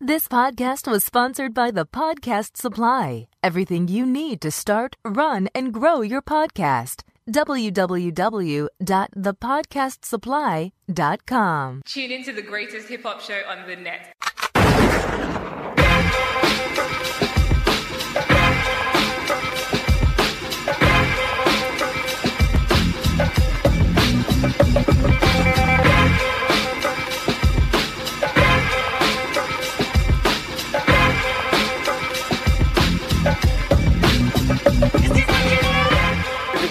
This podcast was sponsored by The Podcast Supply. Everything you need to start, run, and grow your podcast. www.thepodcastsupply.com. Tune into the greatest hip hop show on the net.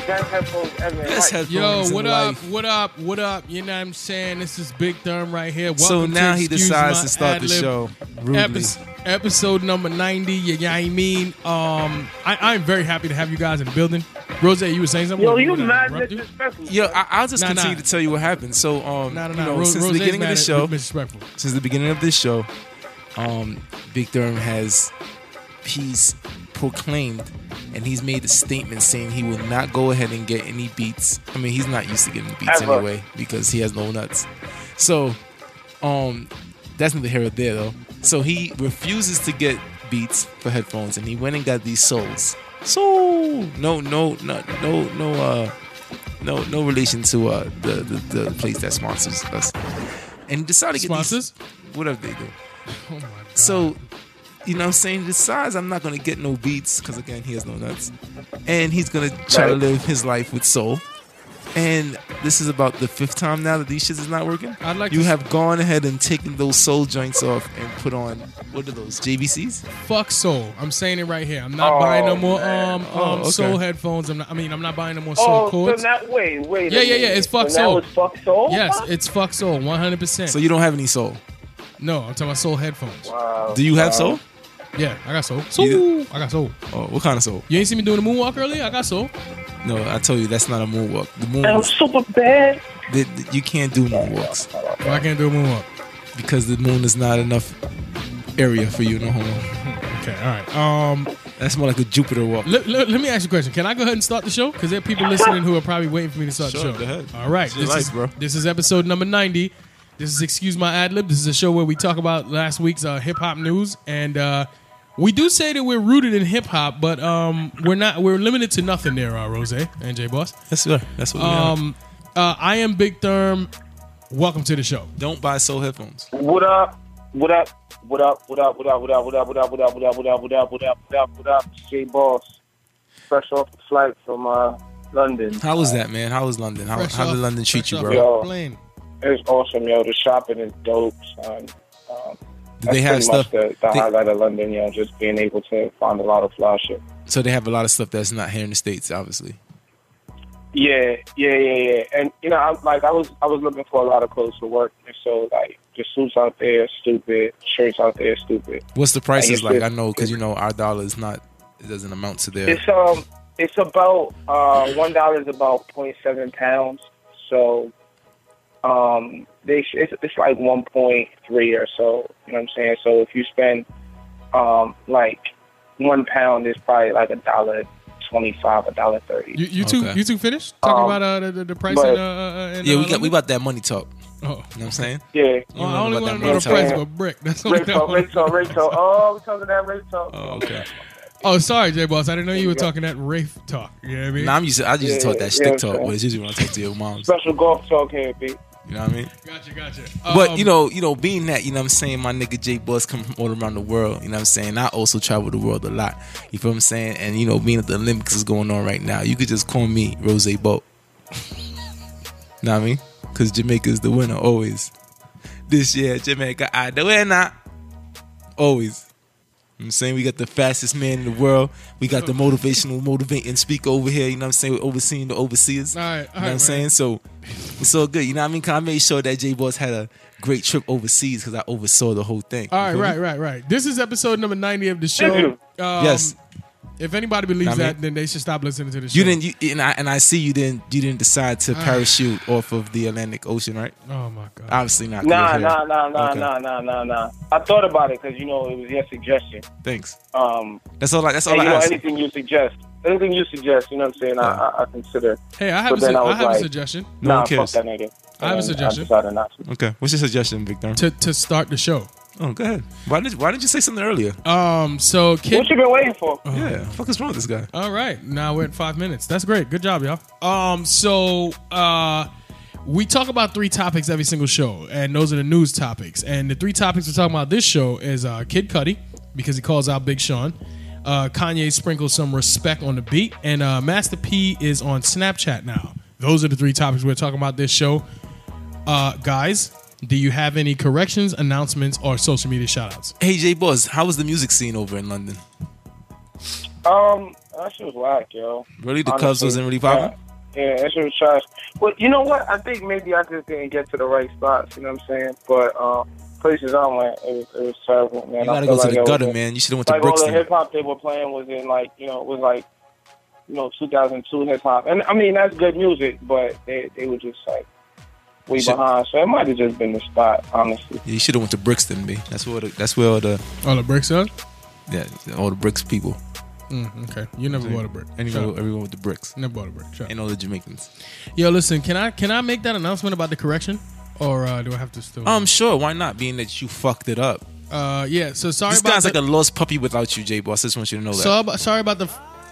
That's headphones Yo, in what up? life. What up? What up? You know what I'm saying? This is Big Thumb right here. Welcome So to now he Excuse decides My to start the Ad-Lib. show rudely. Epis- episode number 90. You know what I mean? Um, I, I'm very happy to have you guys in the building. Rose, you were saying something? Yo, Did I you mad interrupt you? disrespectful. Yo, I, I'll just Nah, continue nah. to tell you what happened. So, um, No, no, you no. know, Ro- since the Rose's beginning of mad the at- show, Disrespectful. since the beginning of this show, um, Big Durham has he's proclaimed and he's made a statement saying he will not go ahead and get any beats. I mean, he's not used to getting beats Ever. anyway because he has no nuts. So, um, that's neither here or there though. So he refuses to get beats for headphones, and he went and got these souls. So no, no, no, no, no, uh, no, no relation to uh the the, the place that sponsors us. And he decided to get these- Sponsors? whatever they do. Oh, my God. So, you know what I'm saying? He decides I'm not going to get no beats because, again, he has no nuts. And he's going to try to Right. live his life with soul. And this is about the fifth time now that these shits is not working. I'd like you to- have gone ahead and taken those soul joints off and put on, what are those, JVCs? Fuck soul. I'm saying it right here. I'm not Oh, buying no more man. um, um Oh, okay. soul headphones. I'm not, I mean, I'm not buying no more soul oh, cords. so now wait, wait. a Yeah, yeah, yeah, minute. it's fuck so soul. That was fuck soul. yes, Fuck? it's fuck soul. 100%. So you don't have any soul. no, I'm talking about soul headphones. Wow. Do you have Uh, soul? Yeah, I got soul. You- Soul. I got soul. Oh, what kind of soul? You ain't see me doing the moonwalk earlier? I got soul. No, I told you that's not a moonwalk. The I'm moonwalk, super bad. the, the- you can't do moonwalks I can't do a moonwalk. because the moon is not enough area for you. No homo. Okay, all right. Um, That's more like a Jupiter walk. let, let, let me ask you a question. Can I go ahead and start the show? Because there are people listening who are probably waiting for me to start Sure, the show. go ahead. All right, It's your this is life, bro. this is episode number ninety. This is excuse my ad lib. This is a show where we talk about last week's uh, hip hop news, and uh, we do say that we're rooted in hip hop, but um, we're not. We're limited to nothing there, uh, Rose and J Boss. That's what. That's what. we are. Um, uh, I am Big Therm. Welcome to the show. Don't buy soul headphones. What up? What up? What up? What up? What up? What up? What up? What up? What up? What up? What up? What up? What up? What up? What up? J Boss, fresh off the flight from uh, London. How was that, man? How was London? How, Fresh how off- did London treat fresh you, off bro? Yeah. the plane. It's awesome, yo. The shopping is dope, son. Um, Did that's pretty they have much stuff? The, the they- highlight of London, yo, just being able to find a lot of fly shit. so they have a lot of stuff that's not here in the states, obviously. Yeah, yeah, yeah, yeah. And you know, I, like I was, I was looking for a lot of clothes for work, and so like the suits out there are stupid, shirts out there are stupid. What's the prices I guess like? it- I know because you know our dollar is not. It doesn't amount to their. It's um, it's about uh, one dollar is about 0.7 pounds, so um, they sh- it's, it's like one point three or so. You know what I'm saying? So if you spend um, like one pound, it's probably like a dollar twenty-five, a dollar thirty. You, you two, Okay. you two finished talking Um, about uh, the, the, the price. but- and, uh, uh, and, yeah, uh, we got we London? about that money talk. You Oh. know what I'm saying? yeah. You Oh, I don't only know about want to that know money the talk. price of a brick. That's all I Rate talk, know. rate talk, rate talk. Oh, we talking that rate talk. Oh, okay. Oh, sorry, J Boss. I didn't know you were Yeah. talking that Rafe talk. You know what I mean? Now I'm used. To, I usually Yeah, talk yeah, that shtick yeah, talk, okay. but it's usually when I talk to your moms. Special golf talk here, B. You know what I mean? Gotcha, gotcha. But Um, you know, you know, being that, you know what I'm saying, my nigga J Buzz come from all around the world, you know what I'm saying? I also travel the world a lot. You feel what I'm saying? And you know, being that the Olympics is going on right now, you could just call me Rose Boat. know what I mean? Cause Jamaica's the winner always. This year, Jamaica I the winner. Always. You know what I'm saying we got the fastest man in the world. We got the motivational motivating speaker over here. You know what I'm saying? We're overseeing the overseers. All right, all you know what right, I'm man. saying? So it's all good. You know what I mean? 'Cause I made sure that J Boss had a great trip overseas because I oversaw the whole thing. all right, You feel me? right, right, right. This is episode number ninety of the show. Um, Yes. If anybody believes I mean- that, then they should stop listening to the show. You didn't, you, and I and I see you didn't. You didn't decide to Ah. parachute off of the Atlantic Ocean, right? Oh my god. Obviously not. Nah, You're here. nah, nah, nah, Okay. nah, nah, nah, nah. I thought about it because you know it was your suggestion. Thanks. Um, That's all. I, that's all and, Oh, I you know asked. anything you suggest, anything you suggest, you know what I'm saying? I, I, I consider. hey, I have, But a, su- then I I was have a like- suggestion No nah, one cares. fuck that nigga. I have a And suggestion. I decided not to. Okay. What's your suggestion, Victor? to to start the show. Oh, go ahead. Why did Why didn't you say something earlier? Um, so Kid What you been waiting for? yeah, fuck is wrong with this guy? All right, now we're at five minutes. That's great. Good job, y'all. Um, so uh, we talk about three topics every single show, and those are the news topics. And the three topics we're talking about this show is uh, Kid Cudi because he calls out Big Sean. Uh, Kanye sprinkles some respect on the beat, and uh, Master P is on Snapchat now. Those are the three topics we're talking about this show. Uh, guys, do you have any corrections, announcements, or social media shoutouts? Hey, J. Boss, how was the music scene over in London? Um, that shit was whack, yo. Really, Uh-huh. the clubs Honestly, wasn't really popping. Yeah, yeah, that shit was trash. But you know what? I think maybe I just didn't get to the right spots. You know what I'm saying? But um, places I went, it was, it was terrible, man. You I gotta feel go to like the I gutter, was- man. You should have went to Like all the Brixton. hip hop they were playing was in like you know was like you know 2002 hip hop, and I mean that's good music, but they they were just like way Shit. behind. So it might have just been the spot, honestly. Yeah, you should have went to Brixton, B. That's where the, that's where all the Oh, the bricks up? yeah all the bricks people. Mm, okay, you never bought a brick. Shut Anyone, up. everyone with the bricks Never bought a brick. Shut up. and all the Jamaicans. Yo, listen, can I can I make that announcement about the correction, or uh, do I have to still? Um, sure, why not? Being that you fucked it up. uh, yeah. So sorry This about guy's the, like a lost puppy without you, J. Boss. I just want you to know that. so ab- sorry about the.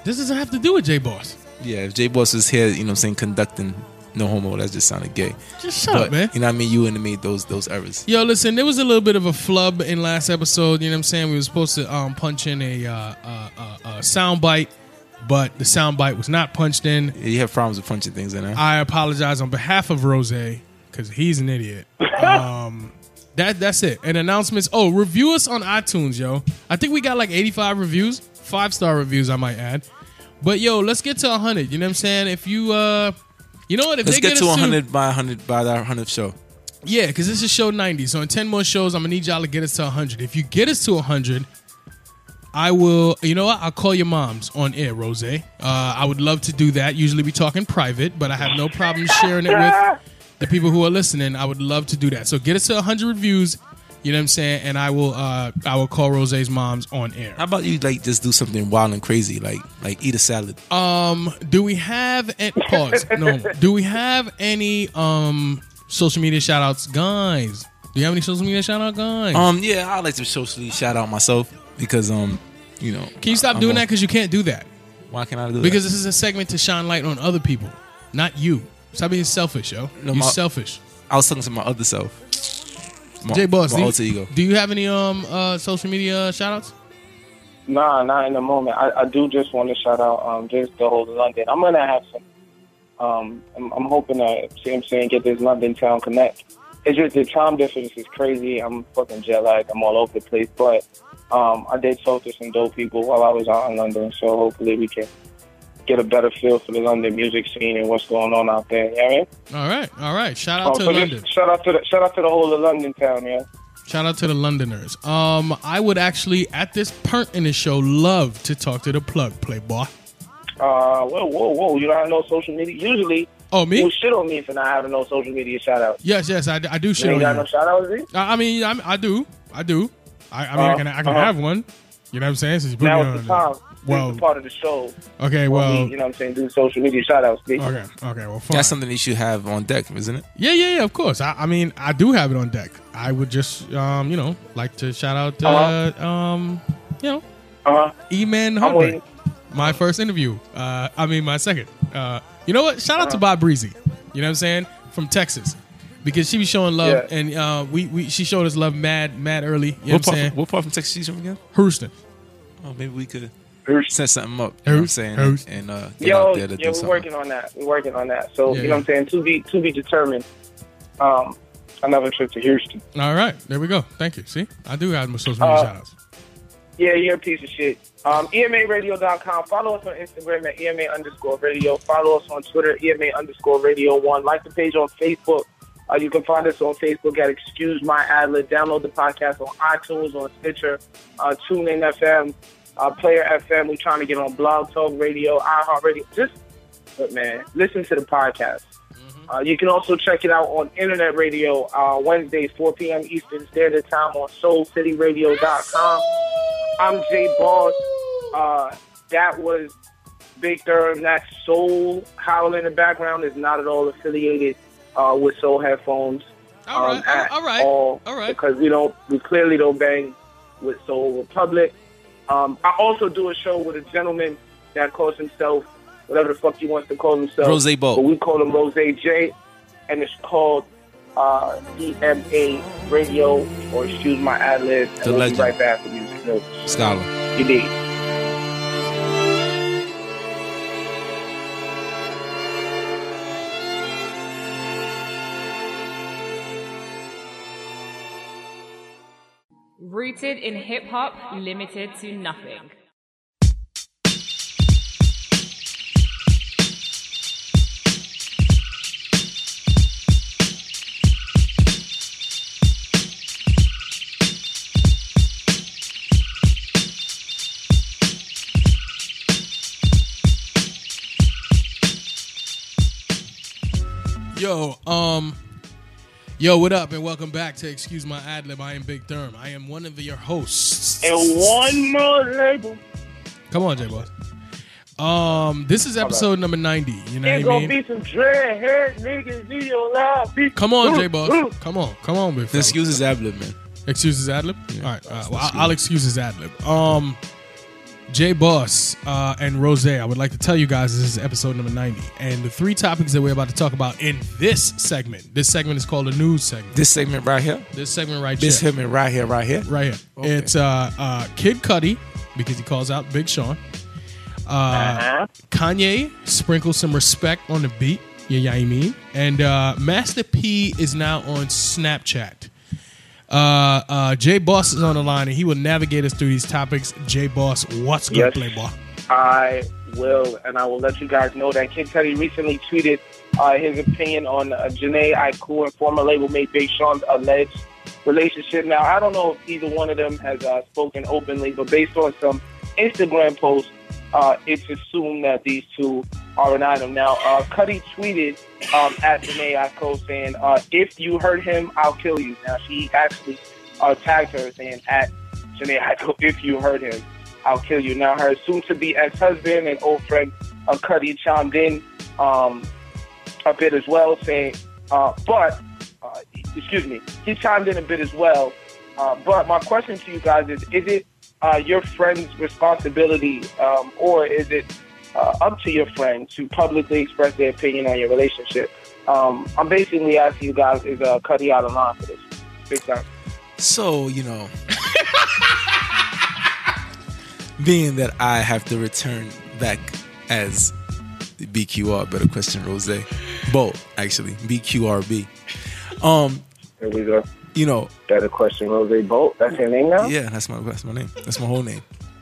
This doesn't have to do with J Boss. yeah, if J. Boss was here, you know, what I'm saying conducting no homo, that just sounded gay. Just shut but up, man. you know what I mean. You and made those those errors. Yo, listen, there was a little bit of a flub in last episode. You know what I'm saying? We were supposed to um, punch in a uh, uh, uh, uh, sound bite, but the sound bite was not punched in. Yeah, you have problems with punching things in there. I apologize on behalf of Rose because he's an idiot. Um, that that's it. And announcements. Oh, review us on iTunes, yo. I think we got like 85 reviews, five star reviews, I might add. But yo, let's get to 100. You know what I'm saying? If you, uh, you know what? If Let's they get us to 100 by 100 by that 100th show. yeah, because this is show 90. So in 10 more shows, I'm going to need y'all to get us to 100. If you get us to 100, I will, you know what? I'll call your moms on air, Rose. Uh, I would love to do that. Usually we talk in private, but I have no problem sharing it with the people who are listening. I would love to do that. So get us to 100 reviews. You know what I'm saying? And I will, uh, I will call Rose's moms on air. How about you like just do something wild and crazy, like like eat a salad? Um, Do we have any, pause? No. Do we have any um social media shout outs, guys? Do you have any social media shout out, guys? Um, yeah, I like to socially shout out myself because um, you know, Can you stop I'm doing a- that? Because you can't do that. Why can't I do Because that? this is a segment to shine light on other people, not you. Stop being selfish, yo. No, You're my- selfish. I was talking to my other self, my, J Boss, my do, alter you- ego. do you have any um uh, social media shout outs? Nah, not in the moment. I, I do just want to shout out um, just the whole London. I'm gonna have some. Um, I'm, I'm hoping to see what I'm saying get this London town connect. It's just the time difference is crazy. I'm fucking jet lagged. I'm all over the place, but um, I did talk to some dope people while I was out in London. So hopefully we can get a better feel for the London music scene and what's going on out there. You know what I mean? All right, all right. Shout out Um, to so London. just shout out to the shout out to the whole of London town, yeah. Shout out to the Londoners. Um, I would actually at this point in the show love to talk to the plug playboy. Uh, whoa, whoa, whoa! You don't have no social media. Usually, Oh me? you shit on me for not having no social media shout outs. Yes, yes. I, I do You shit on ain't got you. no shout outs, Z? I, I mean, I'm, I do, I do. I, I mean, I Uh, can I can uh-huh. have one. You know what I'm saying? Since you put Now me it's the on time. it. Well, Well, this is part of the show. okay, Well, well, we, you know what I'm saying? Do social media shout outs, B. okay, okay, well, fine. That's something you should have on deck, isn't it? Yeah, yeah, yeah. Of course. I, I mean, I do have it on deck. I would just, um, you know, like to shout out, uh, um, you know, Uh-huh. E-Man I'm Humphrey, waiting. my first interview. Uh, I mean, my second. Uh, you know what? Shout out to Uh-huh. Bob Breezy. You know what I'm saying? From Texas, because she was showing love, Yeah. and uh, we, we she showed us love mad mad early. You what, know what I'm part saying? from, what part from Texas she's from again? Houston. Oh, maybe we could Here's- set something up. You know what I'm Who's- saying, who's- and uh, get Yo, out there to do yeah, we're something. working on that. We're working on that. So, you Yeah, know yeah. what I'm saying? To be to be determined. Um, another trip to Houston. All right, there we go. Thank you. See, I do have my social media Uh, shout outs. Yeah, you're a piece of shit. Um, EMARadio.com. Follow us on Instagram at EMA underscore radio. Follow us on Twitter, EMA underscore radio one. Like the page on Facebook. Uh, you can find us on Facebook at Excuse My Adler. Download the podcast on iTunes, on Stitcher, uh, TuneIn FM, uh, Player FM. We're trying to get on Blog Talk Radio, iHeartRadio. Just, but man, listen to the podcast. Uh, you can also check it out on internet radio uh, Wednesdays, 4 p.m. Eastern Standard Time on SoulCityRadio.com. I'm Jay Boss. Uh, that was Big Thurm. That soul howl in the background is not at all affiliated uh, with Soul Headphones. All right, at all right, all, all right. Because we don't, we clearly don't bang with Soul Republic. Um, I also do a show with a gentleman that calls himself whatever the fuck he wants to call himself. Rose Bo. But we call him Rose J, and it's called uh, EMA Radio, or excuse my ad lib. The we'll legend. be right back with music notes. Scholar. You need. Rooted in hip hop, limited to nothing. Yo, um, yo, what up, and welcome back to Excuse My Ad Lib. I am Big Therm. I am one of your hosts. And one more label. Come on, J Boss. Um, this is episode number ninety. You know There's what I gonna mean? be some dreadhead niggas in your live. Be- Come on, Ooh, J ooh. Boss. Come on, come on, big fella. Excuse his ad lib, man. Excuse his ad lib. All right, uh, well, I'll, I'll excuse his ad lib. Um, J Boss uh, and Rose, I would like to tell you guys this is episode number ninety, and the three topics that we're about to talk about in this segment. This segment is called the news segment. This segment right here. This segment right This here, segment right here, right here. right here. Okay. It's uh, uh, Kid Cudi because he calls out Big Sean. Uh, Kanye sprinkles some respect on the beat. Yeah, yeah, I mean. And uh, Master P is now on Snapchat. Uh, uh, J Boss is on the line, and he will navigate us through these topics. J Boss, what's good, Yes. Playboy? I will, and I will let you guys know that Kid Cudi recently tweeted uh, his opinion on uh, Janae Aiko and former label mate Big Sean's alleged relationship. Now, I don't know if either one of them has uh, spoken openly, but based on some Instagram posts, uh, it's assumed that these two are an item. Now, uh, Cuddy tweeted um, at Janae Aiko saying, uh, "If you hurt him, I'll kill you." Now, she actually uh, tagged her saying at Janae Aiko, "If you hurt him." I'll kill you. Now, her soon to be ex husband and old friend uh, Cuddy chimed in um, a bit as well, saying, uh, but, uh, excuse me, he chimed in a bit as well. Uh, but my question to you guys is is it uh, your friend's responsibility um, or is it uh, up to your friend to publicly express their opinion on your relationship? Um, I'm basically asking you guys is uh, Cuddy out of line for this? Big time. So, you know, being that I have to return back as BQR, better question, Rose. Both, actually, BQRB. Um, Here we go. you know, Better question, Rose Bolt. That's her name now? yeah, that's my that's my name. That's my whole name.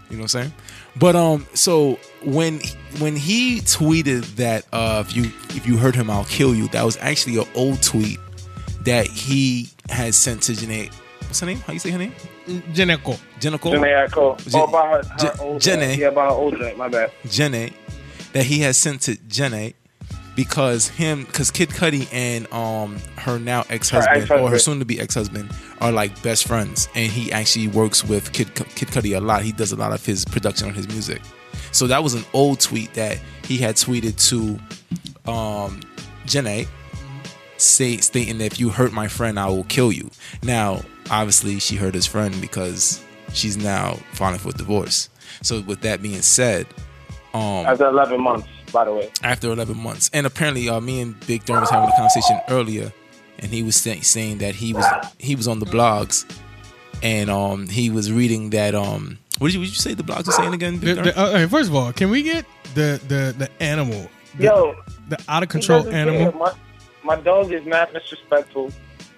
You know what I'm saying? But um, so when when he tweeted that uh, if you if you hurt him, I'll kill you. That was actually an old tweet that he had sent to Janae. What's her name? How you say her name? Janeko. Jenna Cole? Janae Cole. Jen- oh, about her, her Jen- old Janae. joint. Yeah, about her old joint. My bad. Jenna that he has sent to Jenna because him because Kid Cudi and um her now ex husband or her ex-husband. soon to be ex husband are like best friends and he actually works with Kid Kid Cudi a lot. He does a lot of his production on his music. So that was an old tweet that he had tweeted to um Jenna say stating that if you hurt my friend, I will kill you. Now, obviously, she hurt his friend because she's now filing for divorce. So, with that being said, um, After 11 months, by the way. after 11 months. And apparently, uh, me and Big Durham was having a conversation earlier, and he was saying, saying that he was he was on the blogs, and um, he was reading that um, what did you, what did you say the blogs were saying again? The- Big the- Durham? all right, first of all, can we get the the the animal, the, Yo, the out of he control doesn't care. animal? My, my dog is not disrespectful,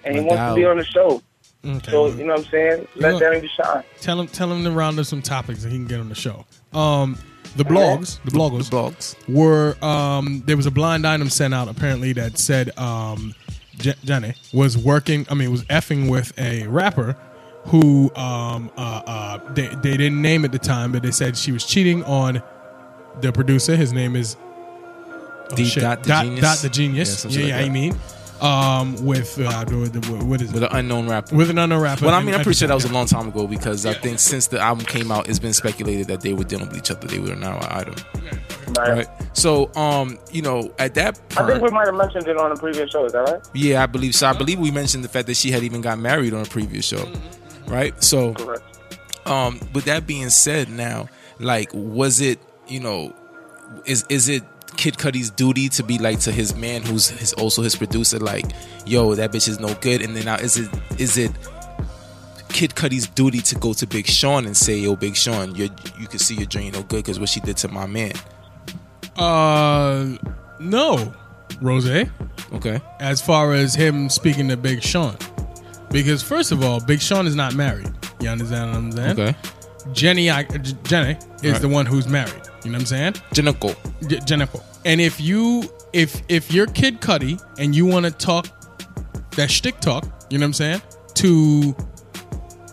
and he My wants dog. to be on the show. Okay. So, you know what I'm saying? know- Let that be shine. Tell him tell him to round up some topics and he can get on the show. Um, the blogs, the bloggers, blogs. were um, there was a blind item sent out apparently that said um, J- Jenny was working. I mean, was effing with a rapper who um, uh, uh, they they didn't name at the time, but they said she was cheating on the producer. His name is oh, D shit. dot the genius? Oh, dot the genius. Yeah, Yeah, something yeah, like I that. mean. um, with uh, with- what is it? with an unknown rapper. With an unknown rapper. Well, I mean, And- I'm pretty sure that was a long time ago because I think since the album came out, it's been speculated that they were dealing with each other. They were now I don't. Right. So, um, you know, at that I think point, we might have mentioned it on the previous show. Is that right? yeah, I believe so. I believe we mentioned the fact that she had even got married on a previous show, right? So, Correct. um with that being said now like was it you know is is it Kid Cudi's duty to be like to his man who's his also his producer like yo that bitch is no good and then now is it is it Kid Cudi's duty to go to Big Sean and say yo Big Sean you you can see your journey no good cuz what she did to my man Uh, no, Rose. okay As far as him speaking to Big Sean, because first of all, Big Sean is not married. You understand what I'm saying? okay Jenny, I, J- Jenny is Right. the one who's married. You know what I'm saying? Jenico J- Jennifer. And if you if if you're Kid Cudi and you want to talk that shtick talk, you know what I'm saying? To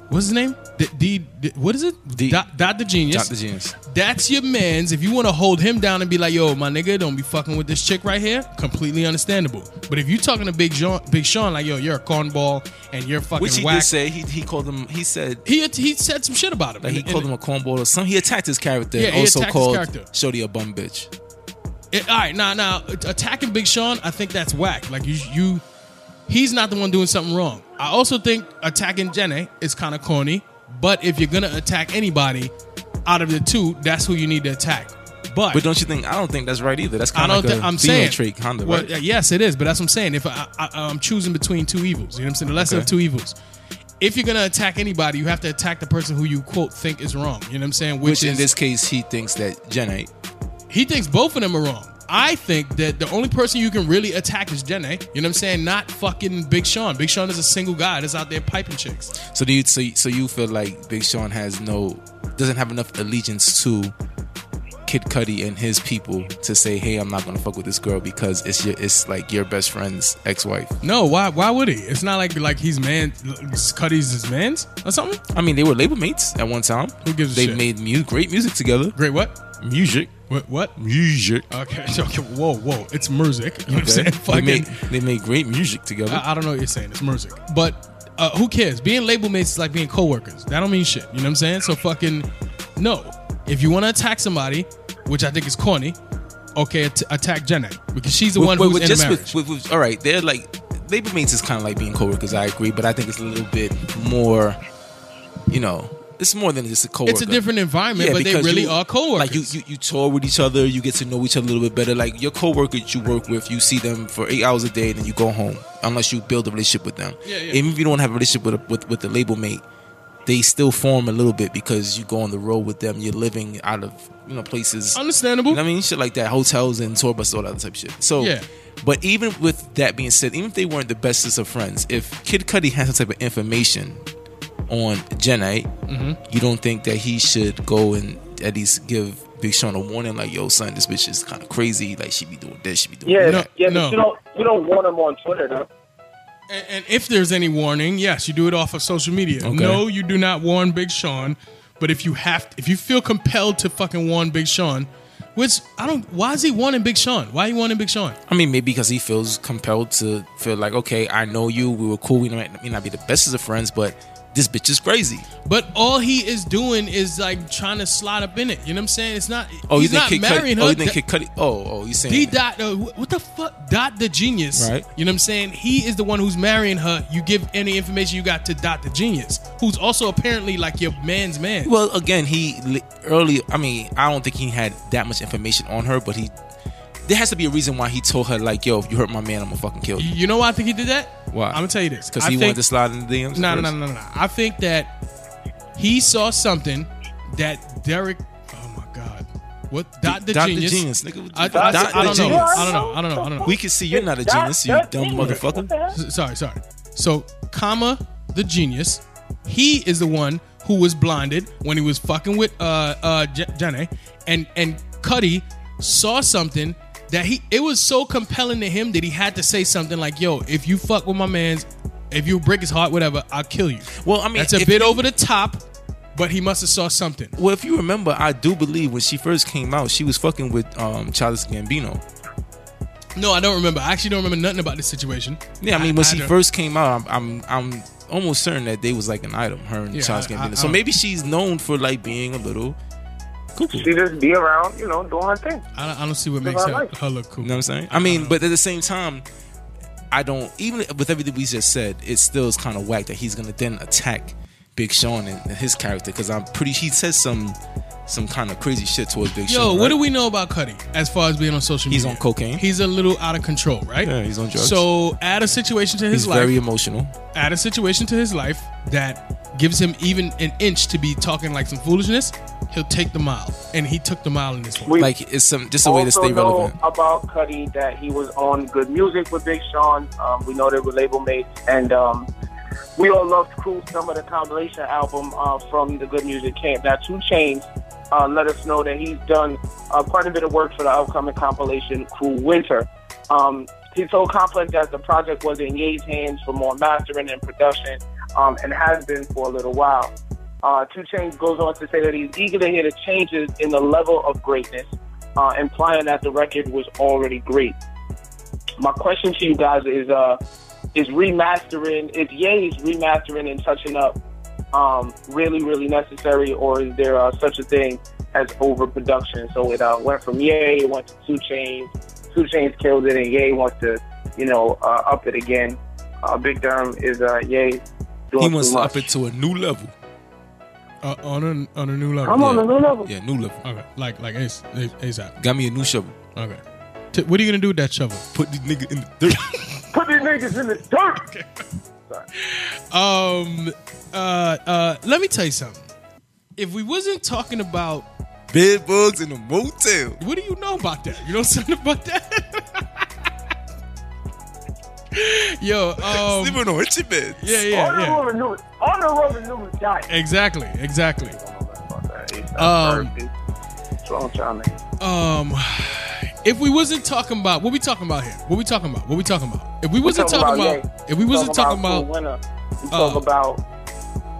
what's his name? D, D, D- what is it? D- Dot, Dot the genius. Dr. Genius That's your man's. If you want to hold him down and be like, "Yo, my nigga, don't be fucking with this chick right here," completely understandable. But if you talking to Big Sean, Big Sean, like, "Yo, you're a cornball and you're fucking which he whack," did say he he called him he said he he said some shit about him. like he And- called him and- a cornball or something. He attacked his character. Yeah, he also attacked his called character. Shorty a bum bitch. It- all right, now now attacking Big Sean, I think that's whack. Like you you he's not the one doing something wrong. I also think attacking Jenny is kind of corny, but if you're going to attack anybody out of the two, that's who you need to attack. But, But don't you think? I don't think that's right either. That's I kind don't of like think a I'm female saying trait, kind of. Well, right? yeah, yes, it is, but that's what I'm saying. If I, I I'm choosing between two evils, you know what I'm saying? The lesser Okay. of two evils. If you're going to attack anybody, you have to attack the person who you quote think is wrong, you know what I'm saying? Which in is- this case, he thinks that Jenna. he thinks both of them are wrong. I think that the only person you can really attack is Jenna. You know what I'm saying? Not fucking Big Sean. Big Sean is a single guy that's out there piping chicks. So do you? So, so you feel like Big Sean has no, doesn't have enough allegiance to Kid Cudi and his people to say, hey, I'm not gonna fuck with this girl because it's your, it's like your best friend's ex-wife. No, why? Why would he? It's not like like he's man. Cuddy's his man's or something. I mean, they were label mates at one time. Who gives a they shit? made mu- great music together. Great. What? Music, What? What? music. Okay. okay. Whoa. Whoa. It's music. You know what Okay. I'm They saying? Fucking. made they made great music together. I, I don't know what you're saying. It's music. But uh, who cares? Being label mates is like being coworkers. That don't mean shit. You know what I'm saying? So fucking no. If you want to attack somebody, which I think is corny, okay, at- attack Jenna because she's the With- one with- who's with- in just the marriage. with, with, with- all right, they're like labor mates is kind of like being coworkers. I agree, but I think it's a little bit more. You know, it's more than just a coworker. it's a different environment, but they because really you- are coworkers. Like you, you, you tour with each other. You get to know each other a little bit better. Like your coworkers you work with, you see them for eight hours a day, and then you go home. Unless you build a relationship with them. Yeah, yeah. Even if you don't have a relationship with a, with with the label mate, they still form a little bit because you go on the road with them. You're living out of you know places. understandable. You know what I mean? Shit like that. Hotels and tour buses, all that type of shit. So, Yeah. but even with that being said, even if they weren't the bestest of friends, if Kid Cudi has some type of information on Jenite, Mm-hmm. you don't think that he should go and at least give Big Sean a warning, like, yo, son, this bitch is kind of crazy. Like, she be doing this, she be doing Yeah, No, yeah. but no. You don't you don't want them on Twitter though. and, and if there's any warning, yes, you do it off of social media. Okay. No, you do not warn Big Sean. But if you have, if you feel compelled to fucking warn Big Sean, which I don't, why is he warning Big Sean? Why are you warning Big Sean? I mean, maybe because he feels compelled to feel like, okay, I know you, we were cool, we might, may not be the bestest of friends, but this bitch is crazy. But all he is doing is like trying to slide up in it. You know what I'm saying? It's not. Oh, he's you not think Kid marrying Cudi? her. Oh, you think D- Kid Cudi? Oh, oh, you saying D dot uh, wh- what the fuck dot the genius Right. you know what I'm saying he is the one who's marrying her you give any information you got to dot the genius who's also apparently like your man's man Well, again, he li- early. I mean, I don't think he had that much information on her, but he. There has to be a reason why he told her like, "Yo, if you hurt my man, I'm gonna fucking kill you." you know why I think he did that Why? I'm gonna tell you this Because I he think, wanted to slide in the DMs. no no first. no no no no. I think that he saw something that Derek oh my god what dot the Dot the genius Genius, nigga. I, I- Dot I- I the don't know Genius. I don't know I don't know I don't know We can see you're not a That- genius, you that dumb genius. What the motherfucker. hell? S- sorry, sorry. So, comma the genius. He is the one who was blinded when he was fucking with uh uh J- Jenna, and and Cuddy saw something that he it was so compelling to him that he had to say something like, "Yo, if you fuck with my man's, if you break his heart, whatever, I'll kill you." Well, I mean, that's a if bit you- over the top, but he must have saw something. Well, if you remember, I do believe when she first came out, she was fucking with um, Childish Gambino. No, I don't remember. I actually don't remember nothing about this situation. Yeah, I mean, when she don't- first came out, I'm, I'm, I'm almost certain that they was like an item. Her and Yeah, Childish I- I- Gambino. I So don't- maybe she's known for like being a little cuckoo. She just be around, you know, doing her thing. I don't, I don't see what Live makes our her, life. her look cool. You know what I'm saying? I mean, but at the same time, I don't. Even with everything we just said, it still is kind of whack that he's gonna then attack Big Sean and, and his character because I'm pretty. He says some, some kind of crazy shit towards Big Yo, Sean. what right? do we know about Cuddy as far as being on social He's media? on cocaine. He's a little out of control, right? Yeah, he's on drugs. So add a situation to his He's life. very emotional. add a situation to his life that gives him even an inch to be talking like some foolishness. He'll take the mile, and he took the mile in this one. We Like it's some just a way to also stay know relevant. about Cuddy that he was on good music with Big Sean. Um, we know they were label mates, and um, we all loved Cool Summer, the compilation album uh, from the Good Music Camp. Now, Two Chains uh, let us know that he's done uh, quite a bit of work for the upcoming compilation Cool Winter. Um, he told Complex that the project was in Ye's hands for more mastering and production, um, and has been for a little while. Uh, Two Chains goes on to say that he's eager to hear the changes in the level of greatness, uh, implying that the record was already great. My question to you guys is: uh, Is remastering, is Ye's remastering and touching up um, really, really necessary, or is there uh, such a thing as overproduction? So it uh, went from Ye, it went to Two Chains, Two Chains killed it, and Ye wants to, you know, uh, up it again. Uh, Big Durham is uh, Ye. He Doing too wants to up much. it to a new level. Uh, on a on a new level. I'm on Yeah. a new level. Yeah, new level. Okay, like like Ace Ace- ASAP. Got me a new shovel. Okay, T- what are you gonna do with that shovel? Put the nigga in the dirt. Put these niggas in the dirt. Um, uh, uh, let me tell you something. If we wasn't talking about Bed bugs in the motel. what do you know about that? You know something about that? Yo, um, Sleeping on itchy beds. yeah, yeah, yeah. Honorable Newman. Honorable Newman died. Exactly, exactly. Um, Um, so I'm trying to. Um, if we wasn't talking about what we talking about here, what we talking about, what we talking about, if we wasn't talking about, if we wasn't talking about, we uh, talk about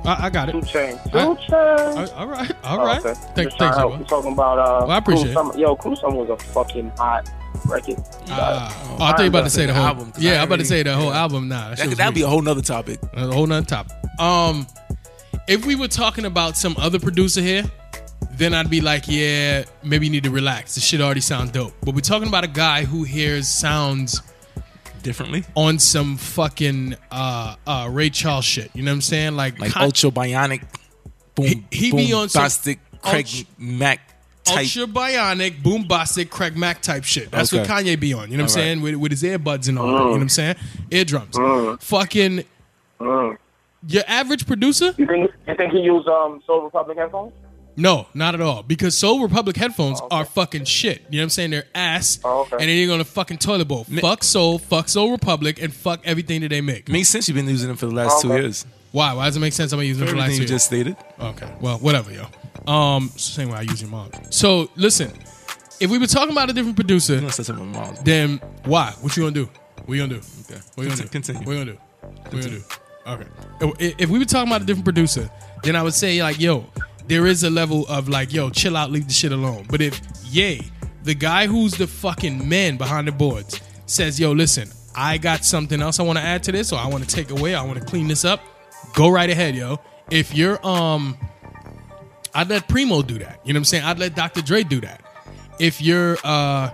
I, I got two it. chains. Two I- chains. I- all right, all Oh, right. okay. Thank, Just trying thanks, to help. Abba. We're talking about uh, Well, I appreciate Cruel it. Summer. Yo, Cruel Summer was a fucking hot record. Ah, oh, I thought you were about to say the whole Album, 'cause Yeah, I I'm about to already- say the whole yeah. album. Nah, that, shit That, was that'd be weak. a whole nother topic. That's a whole nother topic. Um, if we were talking about some other producer here, then I'd be like, yeah, maybe you need to relax. This shit already sounds dope. But we're talking about a guy who hears sounds Differently. on some fucking uh, uh, Ray Charles shit. You know what I'm saying? Like, Like con- ultra bionic, boom, He- he boom, be on some plastic Craig ultra- Mac type. ultra bionic, bombastic, Craig Mac type shit. That's what Okay. Kanye be on. You know what I'm All right. saying? With, with his earbuds and all that. You know what I'm saying? Eardrums. Fucking Mm. your average producer? You think you think he used um Soul Republic headphones? No, not at all. Because Soul Republic headphones Oh, okay. are fucking shit. You know what I'm saying? They're ass. Oh, okay. And then you're gonna fucking toilet bowl. fuck Soul, fuck Soul Republic, and fuck everything that they make. Makes sense. You've been using them for the last two Okay. years. Why? Why does it make sense? I'm gonna use them for Everything last you year. just stated. Okay. Well, whatever, yo. Um, same way I use your mom. So listen, if we were talking about a different producer, You know, such a mom. then why? What you gonna do? What you gonna do? Okay. What you gonna do? Continue. What you gonna do? What you gonna do? Okay. If- If we were talking about a different producer, then I would say like, yo, there is a level of like, yo, chill out, leave the shit alone. But if yay, the guy who's the fucking man behind the boards says, yo, listen, I got something else I want to add to this, or I want to take away, I want to clean this up. Go right ahead, yo. If you're um, I'd let Primo do that. You know what I'm saying? I'd let Dr. Dre do that. If you're uh,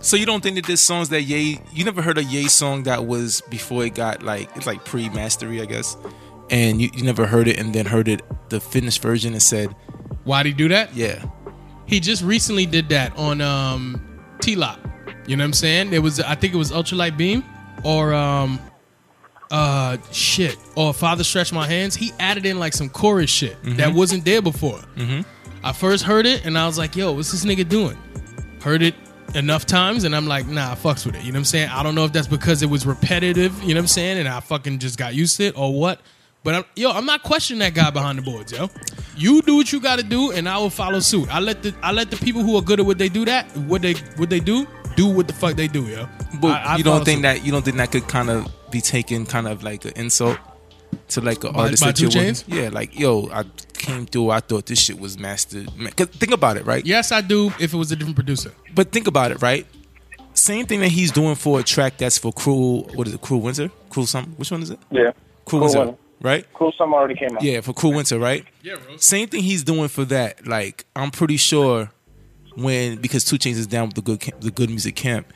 So you don't think that there's songs that Ye? You never heard a Ye song that was before it got like it's like pre-mastery, I guess. And you, you never heard it, and then heard it the finished version and said, why'd he do that? "Yeah, He just recently did that on um T Lop. You know what I'm saying? It was I think it was Ultralight Beam or um uh shit. Or Father Stretch My Hands. He added in like some chorus shit that Mm-hmm. wasn't there before. I first heard it and I was like, yo, what's this nigga doing? Heard it enough times and I'm like, nah, I fucks with it. You know what I'm saying? I don't know if that's because it was repetitive, you know what I'm saying, and I fucking just got used to it or what. But I'm, yo, I'm not questioning that guy behind the boards, yo. You do what you got to do, and I will follow suit. I let the I let the people who are good at what they do that what they what they do do what the fuck they do, yo. But I- I you follow don't think suit. that you don't think that could kind of be taken kind of like an insult to like an artist by that you're Two with? Chainz? Yeah, like yo, I came through. I thought this shit was mastered. Ma- 'cause Think about it, right? Yes, I do. If it was a different producer, But think about it, right? same thing that he's doing for a track that's for Cruel. What is it? Cruel Winter? Cruel something? Which one is it? Yeah. Cruel, Cool Winter, one. right? Cool Summer already came out. Yeah, for Cruel Winter, right? Yeah, Rose. Same thing he's doing for that. Like I'm pretty sure when because Two Chainz is down with the good Cam- the good music camp.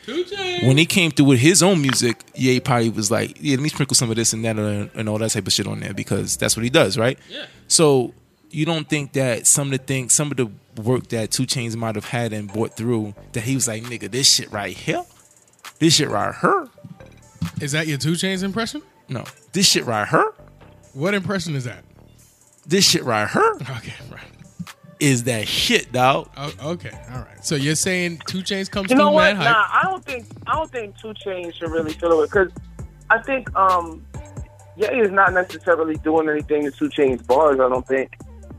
When he came through with his own music, Ye probably was like, "Yeah, let me sprinkle some of this and that and, and all that type of shit on there because that's what he does, right?" Yeah. So you don't think that some of the things, some of the work that Two Chains might have had and brought through, that he was like, "Nigga, this shit right here, this shit right here, Is that your two chains impression? no, this shit right here, What impression is that? this shit right here Okay, right. is that shit, dog." O- okay, all right. So you're saying two chains comes You through know what? mad hype? Nah, I don't think I don't think Two Chains should really feel it because I think um, Ye is not necessarily doing anything to Two Chains bars. I don't think.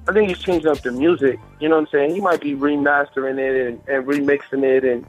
I think he's changing up the music. You know what I'm saying? He might be remastering it and, and remixing it, and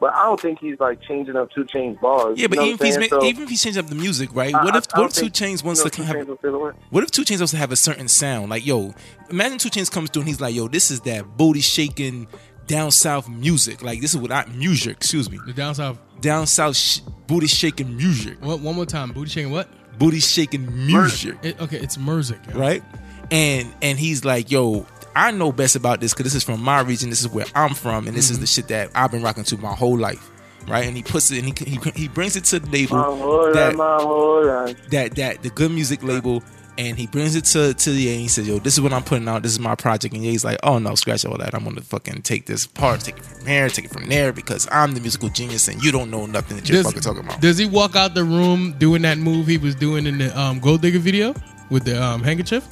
but I don't think he's like changing up Two Chains bars. Yeah, but you know even what if I'm he's saying? ma- So, even if he's changing up the music, right? I- What I- if I what don't if think, Two Chains wants you know, to Two have Chainz will feel the way. What if Two Chains also have a certain sound? Like, yo, imagine Two Chains comes through and he's like, yo, this is that booty shaking down south music. Like, this is what I music. Excuse me, The down south. down south sh- booty shaking music, What? One more time. Booty shaking. What? booty shaking music, It, okay, it's music. yo. right? And and he's like, yo. I know best about this because this is from my region. This is where I'm from, and this Mm-hmm. is the shit that I've been rocking to my whole life, right? And he puts it and he he, he brings it to the label. My whole that- life, my whole life. that that the good music label and he brings it to to Ye and he says, "Yo, this is what I'm putting out. This is my project." And Ye's like, "Oh no, scratch all that. I'm gonna fucking take this part, take it from here, take it from there, because I'm the musical genius, and you don't know nothing that you're Does, fucking talking about." does he walk out the room doing that move he was doing in the um, Gold Digger video with the um, handkerchief?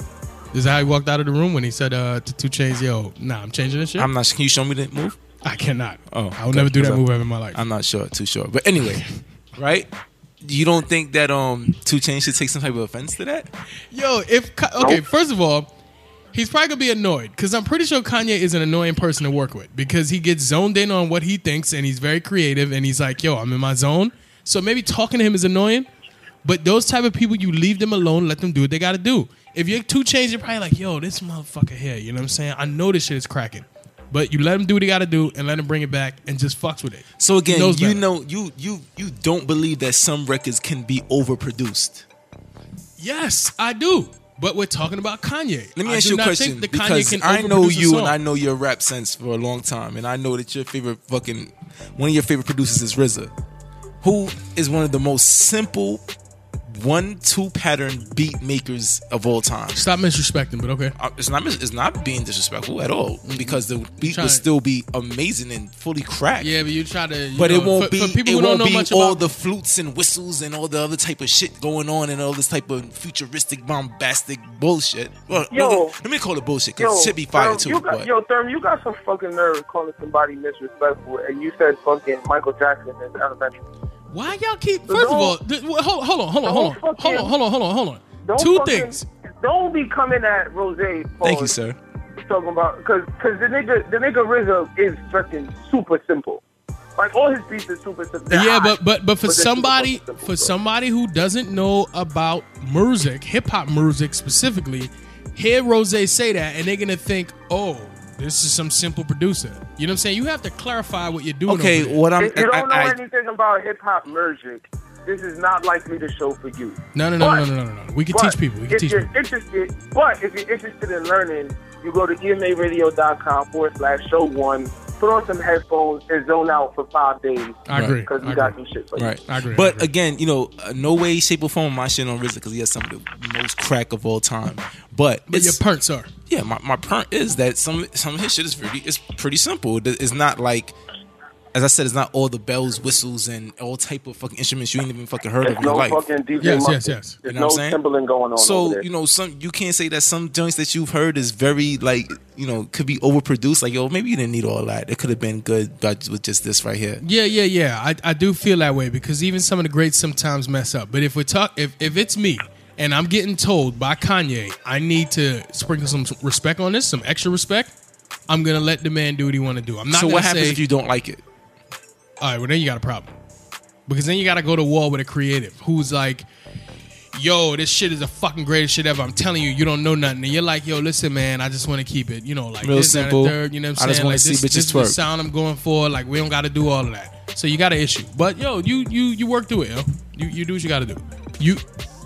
Is that how he walked out of the room when he said uh, to Two Chains, "Yo, nah, I'm changing this shit. I'm not. Can you show me that move? I cannot. Oh, I will okay. never do that Cause I- move ever in my life." I'm not sure. Too sure. But anyway, right? You don't think that um Two Chainz should take some type of offense to that? Yo, if Ka- okay, first of all, he's probably gonna be annoyed because I'm pretty sure Kanye is an annoying person to work with because he gets zoned in on what he thinks and he's very creative and he's like, "Yo, I'm in my zone." So maybe talking to him is annoying, but those type of people, you leave them alone, let them do what they gotta do. If you're two chains, you're probably like, "Yo, this motherfucker here," you know what I'm saying? I know this shit is cracking, but you let him do what he gotta do and let him bring it back and just fucks with it. So again, He knows you better. know, you you you don't believe that some records can be overproduced. Yes, I do. But we're talking about Kanye. Let me I ask do you a not think question that Kanye because can I know overproduce a you and song. I know your rap sense for a long time, and I know that your favorite fucking one of your favorite producers is RZA, who is one of the most simple one-two pattern beat makers of all time. Stop misrespecting, but okay. Uh, It's not it's not being disrespectful at all because the beat Trying- would still be amazing and fully cracked. Yeah, but you try to. you But know, it won't for, be for people it who won't don't know be much all about the flutes and whistles and all the other type of shit going on and all this type of futuristic bombastic bullshit. Well, Yo. well, let me call it bullshit because shit be fire Thurm, too. You got, but- yo, Therm, you got some fucking nerve calling somebody disrespectful, and you said fucking Michael Jackson is elementary. Why y'all keep? The First of whole- all, th- wh- hold, hold on, hold on, hold on, the whole hold on, fucking- hold on, hold on, hold on. Don't Two fucking- things. Don't be coming at Rose. Thank you, sir. Talking about because because the nigga the nigga Rizzo is fucking super simple. Like all his beats are super simple. They're yeah, hot, but but but for they're super somebody fucking simple, for bro. somebody who doesn't know about music, hip hop music specifically, hear Rose say that and they're gonna think, oh, this is some simple producer. You know what I'm saying? You have to clarify what you're doing. Okay, over there. what I'm If you I- don't know I- anything about hip hop music, this is not likely to show for you. No, no, no, no, But- no, no, no, no. We can But teach people. We can if teach you're people. interested, but if you're interested in learning, you go to emaradio.com forward slash show one, put on some headphones, and zone out for five days I agree. because we I got agree. some shit for you. Right, I agree, I But agree. again, you know, uh, no way, shape, or form my shit on RZA because he has some of the most crack of all time. But, But it's, your parents are. yeah, my, my point is that some some of his shit is pretty it's pretty simple. It- It's not like as I said, it's not all the bells, whistles, and all type of fucking instruments you ain't even fucking heard There's of in no your life. fucking DJ Yes, Mustard. yes, yes. There's You know what I'm saying? no Timbaland going on. over So there. you know, some you can't say that some joints that you've heard is very like you know could be overproduced. Like yo, maybe you didn't need all that. It could have been good but with just this right here. Yeah, yeah, yeah. I, I do feel that way because even some of the greats sometimes mess up. But if we talk, if if it's me and I'm getting told by Kanye, I need to sprinkle some respect on this, some extra respect. I'm gonna let the man do what he want to do. I'm So not. gonna what happens say, if you don't like it? all right, well then you got a problem. Because then you gotta go to war with a creative who's like, yo, this shit is the fucking greatest shit ever. I'm telling you, you don't know nothing. And you're like, yo, listen, man, I just want to keep it, you know, like Real this, that, and simple. third, you know what I'm I just saying? wanna like, see this, bitches this is the twerk. sound I'm going for. Like, we don't got to do all of that. So you got an issue, but yo, you you you work through it, yo. You you do what you got to do. You,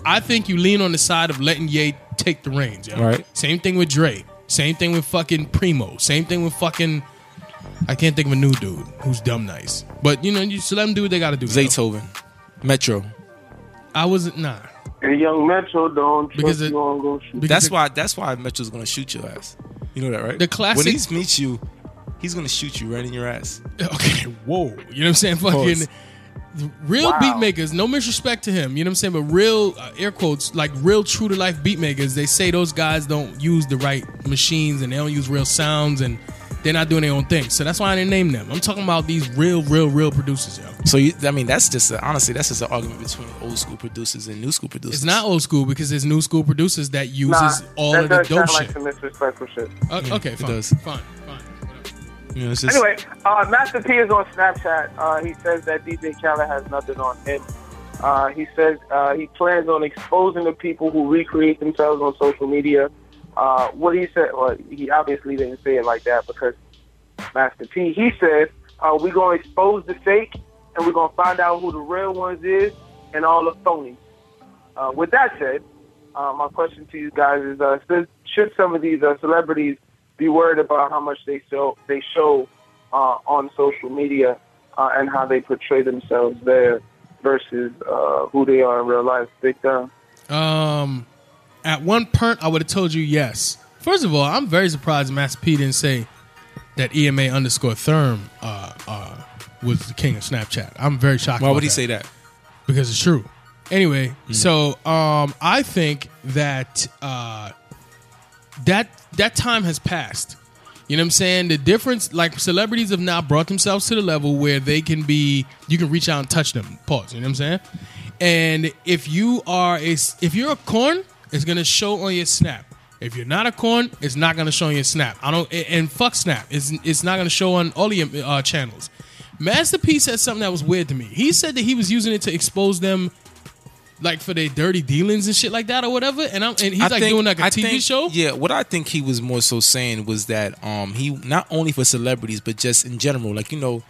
I think you lean on the side of letting Ye take the reins, yo. Right. Same thing with Dre. Same thing with fucking Primo. Same thing with fucking. I can't think of a new dude who's dumb nice, but you know you should let them do what they got to do. yo. Zaytoven, Metro. I wasn't nah. And young Metro don't trust Because it- you on go shoot. Because That's it- why. That's why Metro's gonna shoot your ass. You know that, right? The classic- When he meets you, he's gonna shoot you right in your ass. Okay, whoa. You know what I'm saying? course. Fucking real beat makers, no disrespect to him, you know what I'm saying? But real, uh, air quotes, like real true to life beat makers, they say those guys don't use the right machines and they don't use real sounds and they're not doing their own thing. So that's why I didn't name them. I'm talking about these real, real, real producers, yo. So you, I mean, that's just a, honestly, that's just an argument between old school producers and new school producers. It's not old school because there's new school producers that uses Nah, all that of the does dope sound like shit. some disrespectful shit. Uh, okay, fine, does. fine, fine. You know, it's just- Anyway, uh, Master P is on Snapchat. Uh, he says that DJ Khaled has nothing on him. Uh, he says uh, he plans on exposing the people who recreate themselves on social media. Uh, what he said, well, he obviously didn't say it like that because Master P, he says, uh, we're going to expose the fake and we're going to find out who the real ones is and all the phonies. Uh, with that said, uh, my question to you guys is: uh, should, should some of these uh, celebrities be worried about how much they show they show uh, on social media uh, and how they portray themselves there versus uh, who they uh, are in real life? Big time. Um, at one point, I would have told you yes. First of all, I'm very surprised Master P didn't say that EMA underscore Therm uh, uh, was the king of Snapchat. I'm very shocked. why about would he say that? Hmm. Because it's true. Anyway, so um, I think that uh, that that time has passed. You know what I'm saying? The difference, like celebrities have now brought themselves to the level where they can be, you can reach out and touch them. Pause. You know what I'm saying? And if you are a, s- if you're a corn, it's gonna show on your snap. If you're not a corn, it's not gonna show on your snap. I don't, and- and fuck snap. It's it's not gonna show on all your uh, channels. Master P said something that was weird to me. He said that he was using it to expose them. Like for their dirty dealings and shit like that or whatever, and I'm and he's I like think- doing like a I TV think- show. Yeah, what I think he was more so saying was that um he not only for celebrities but just in general, like you know,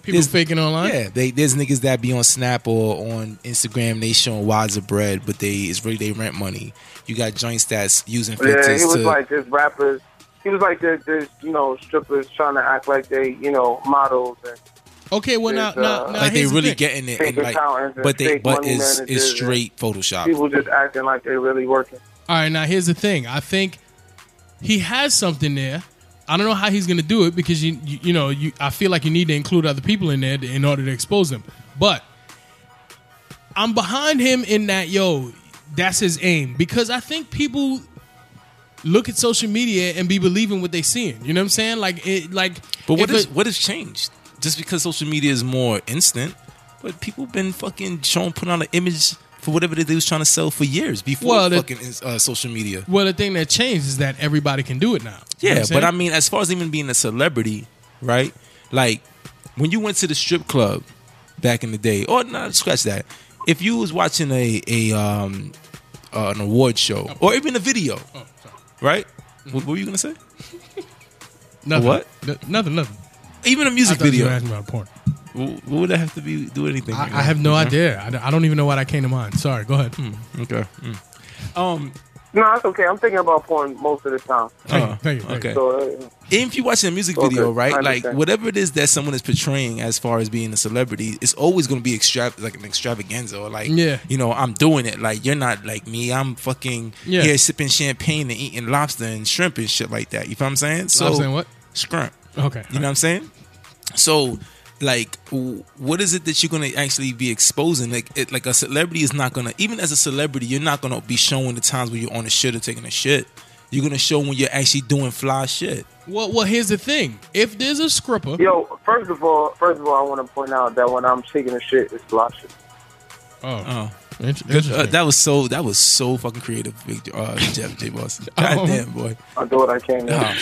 People there's- faking online. Yeah, they, there's niggas that be on Snap or on Instagram. They showing wads of bread, but they it's really they rent money. You got joints that's using Yeah, filters he was to like this rappers. He was like this, this, you know, strippers trying to act like they, you know, models and Okay, well now, There's, now, uh, now like they here's the really thing. getting it, Fake and like, accountants and but they fake but money it's it's managers and straight Photoshop. people just acting like they're really working. All right, now here's the thing. I think he has something there. I don't know how he's going to do it because you, you you know you I feel like you need to include other people in there in order to expose them. But I'm behind him in that yo. That's his aim because I think people look at social media and be believing what they seeing. You know what I'm saying? Like it like But what if is a- what has changed? Just because social media is more instant, but people been fucking showing putting on an image for whatever they was trying to sell for years before Well, the- fucking uh, social media. well the thing that changed is that everybody can do it now. You know Yeah, what I'm but I saying? mean, as far as even being a celebrity, right? Like when you went to the strip club back in the day, or not scratch that. If you was watching a a um uh, an award show or even a video, right? What, what were you gonna say? nothing, what? N- nothing, nothing. Even a I music thought you video. were asking about porn. What would that have to be do anything? Mm-hmm. I, right I now? have no Okay. Hmm. idea. I, don't- I don't even know why that came to mind. Sorry, go ahead. Okay. Mm. Um. No, that's okay. I'm thinking about porn most of the time. Thank you, uh, thank you, thank okay. So, uh, If you're watching a music Okay, video, right? I Like understand. whatever it is that someone is portraying as far as being a celebrity, it's always going to be extra like an extravaganza or like Yeah. you know, I'm doing it. Like you're not like me. I'm fucking Yeah. here sipping champagne and eating lobster and shrimp and shit like that. You feel what I'm saying? So I'm saying what? Shrimp. Okay. You know what I'm saying? So, like, w- what is it that you're gonna actually be exposing? Like, it, like a celebrity is not gonna, even as a celebrity, you're not gonna be showing the times when you're on a shit or taking a shit. You're gonna show when you're actually doing fly shit. Well, well, here's the thing. If there's a scripper, yo, first of all, first of all, I want to point out that when I'm shaking the shit, it's blocked. Oh, oh, int- good. Uh, interesting. that was so. That was so fucking creative, Big J- uh, Jeff J. Boss. Oh. God damn, boy. Uh, I do what I can. Nah.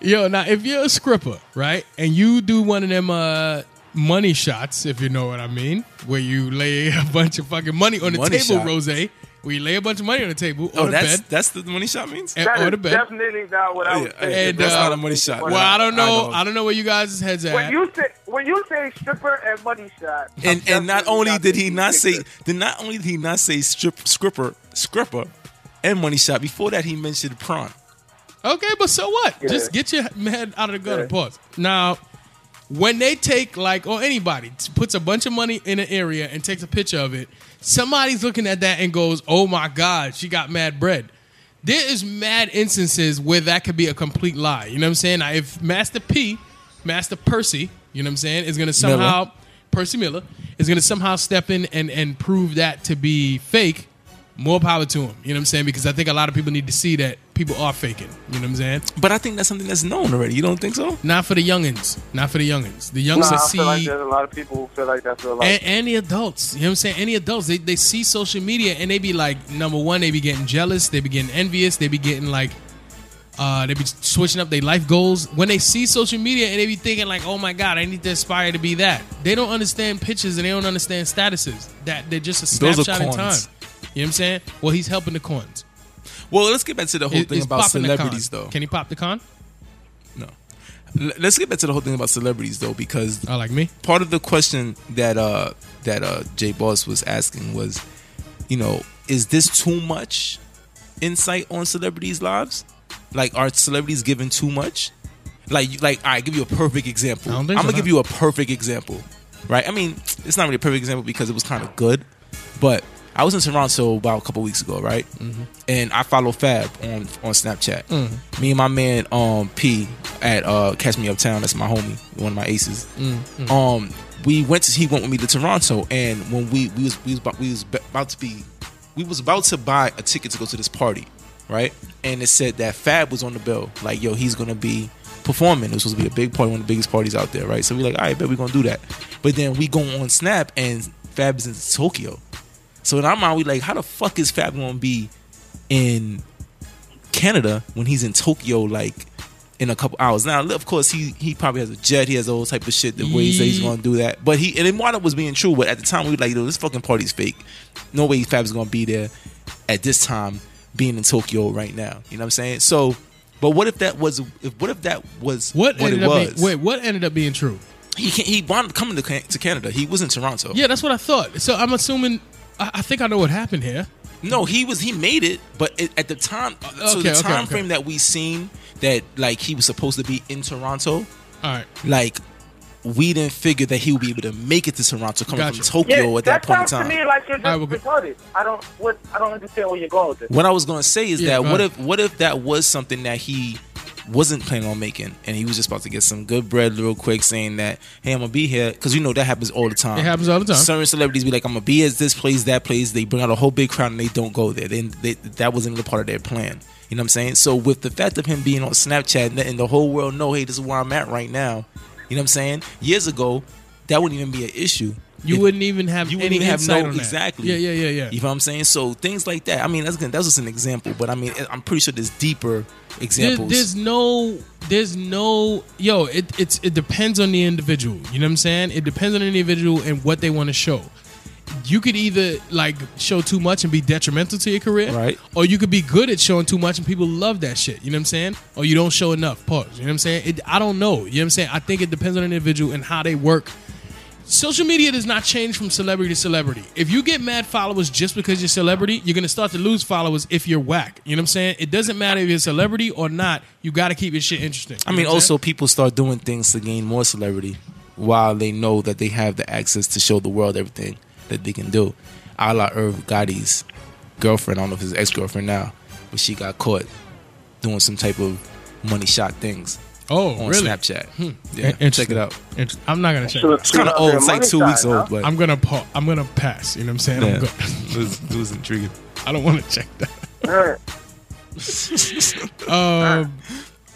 yo, now if you're a scripper, right, and you do one of them uh, money shots, if you know what I mean, where you lay a bunch of fucking money on the Money table, shot. Rose. where you lay a bunch of money on the table or Oh, the that's bed. that's Oh, the money shot means. And, That or is the bed. definitely not what I Oh, was yeah, yeah, thinking. And, that's uh, not a money shot. Well, I don't know. I know. don't, know where you guys' heads at. When you say when you say stripper and money shot, I'm and and not definitely only did he thinking not say stripper. did not only did he not say strip scripper scripper and money shot before that he mentioned prawn. Okay, but so what? Yeah. Just get your head out of the gutter. Yeah. Pause. Now, when they take like or anybody t- puts a bunch of money in an area and takes a picture of it, somebody's looking at that and goes, "Oh my God, she got mad bread." There is mad instances where that could be a complete lie. You know what I'm saying? Now, if Master P, Master Percy, you know what I'm saying, is going to somehow Percy Miller is going to somehow step in and and prove that to be fake. More power to him. You know what I'm saying? Because I think a lot of people need to see that people are faking. You know what I'm saying? But I think that's something that's known already. You don't think so? Not for the youngins. Not for the youngins. The youngsters Nah, I see feel like there's a lot of people who feel like that's a lot. and, and the adults. You know what I'm saying? And the adults. They, they see social media and they be like, number one, they be getting jealous. They be getting envious. They be getting like, uh, they be switching up their life goals. When they see social media and they be thinking like, oh my God, I need to aspire to be that. They don't understand pictures and they don't understand statuses. That they're just a Those are snapshot in time. cons. You know what I'm saying? Well, he's helping the cons. Well, let's get back to the whole It- thing it's about popping the con. celebrities, though. Can he pop the con? no, L- let's get back to the whole thing about celebrities, though, because Oh, like me? part of the question that uh that uh Jay Boss was asking was, you know, is this too much insight on celebrities' lives? Like, are celebrities given too much? Like, you- like, I give you a perfect example. I I'm don't think gonna so, give no. you a perfect example, right? I mean, it's not really a perfect example because it was kind of good, but I was in Toronto about a couple weeks ago, right? Mm-hmm. And I follow Fab on on Snapchat. Me and my man um P at uh Catch Me Uptown. That's my homie, one of my aces. Mm-hmm. Um, we went to he went with me to Toronto, and when we we was we was about, we was about to be we was about to buy a ticket to go to this party, right? And it said that Fab was on the bill, like yo, he's gonna be performing. It was supposed to be a big party, one of the biggest parties out there, right? So we like, all right, bet we're gonna do that. But then we go on Snap, and Fab is in Tokyo. So in our mind, we like, how the fuck is Fab gonna be in Canada when he's in Tokyo, like in a couple hours? Now, of course, he he probably has a jet, he has all type of shit the way he says he's gonna do that. But he and it wound up was being true. But at the time, we were like, yo, this fucking party's fake. No way Fab's gonna be there at this time, being in Tokyo right now. You know what I'm saying? So, but what if that was if what if that was What, it ended up was? being, wait, what ended up being true? He can't, he wound up coming to, Can- to Canada. He was in Toronto. Yeah, that's what I thought. So I'm assuming. I, I think I know what happened here. No, he was he made it, but it, at the time, so okay, the okay, time okay. frame that we seen that like he was supposed to be in Toronto, All right. like we didn't figure that he would be able to make it to Toronto coming Gotcha. from Tokyo at that point in sounds time. to me like you're just All right, we'll go- retarded. I don't what I don't understand where you're going with this. What I was gonna say is Yeah, that go what ahead. if what if that was something that he wasn't planning on making, and he was just about to get some good bread real quick, saying that hey, I'm gonna be here because you know that happens all the time. It happens all the time. Certain celebrities be like, I'm gonna be at this place, that place. They bring out a whole big crowd and they don't go there. Then they, that wasn't even a part of their plan. You know what I'm saying? So with the fact of him being on Snapchat and letting the whole world know, hey, this is where I'm at right now. You know what I'm saying? Years ago, that wouldn't even be an issue. You If- wouldn't even have you any wouldn't even have insight no on that. exactly. Yeah, yeah, yeah, yeah. You know what I'm saying? So things like that. I mean, that's gonna- that's just an example, but I mean, I'm pretty sure there's deeper There- examples. there's no there's no yo it, it's it depends on the individual you know what i'm saying it depends on the individual and what they want to show you could either like show too much and be detrimental to your career Right. or you could be good at showing too much and people love that shit you know what i'm saying or you don't show enough pause you know what i'm saying it, i don't know you know what i'm saying i think it depends on the individual and how they work social media does not change from celebrity to celebrity. If you get mad followers just because you're celebrity, you're gonna start to lose followers if you're whack. You know what I'm saying? It doesn't matter if you're a celebrity or not. You got to keep your shit interesting. I You mean, know what I'm saying? also people start doing things to gain more celebrity while they know that they have the access to show the world everything that they can do. A la Irv Gotti's girlfriend, I don't know if his ex girlfriend now, but she got caught doing some type of money shot things oh, on really? Snapchat. Yeah, check Interesting. it out. Interesting. I'm not gonna check. So it out. It's kind of out old. there, It's like money two shot, weeks huh? old, but I'm gonna pa- I'm gonna pass. You know what I'm saying? yeah. I'm good. it, was, it was intriguing. I don't want to check that. Alright. Um,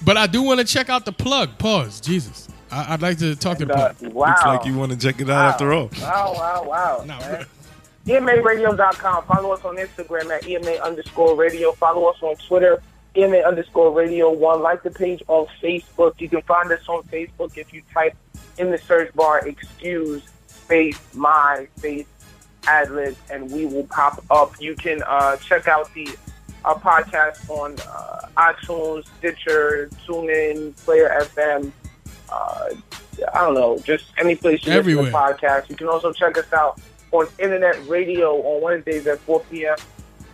but I do want to check out the plug. Pause. Jesus. I- I'd like to talk to the plug. Uh, wow. Looks like you want to check it out after all. Wow, wow, wow. Nah, man. E EMARadio.com. Follow us on Instagram at EMA underscore radio. Follow us on Twitter, EMA underscore radio one. Like the page on Facebook. You can find us on Facebook if you type in the search bar, excuse, space, my, space, ad libs, and we will pop up. You can uh, check out the uh, our podcast on uh, iTunes, Stitcher, TuneIn, Player FM. Uh, I don't know, just any place you listen to Everywhere. podcasts. You can also check us out on Internet Radio on Wednesdays at 4 p.m.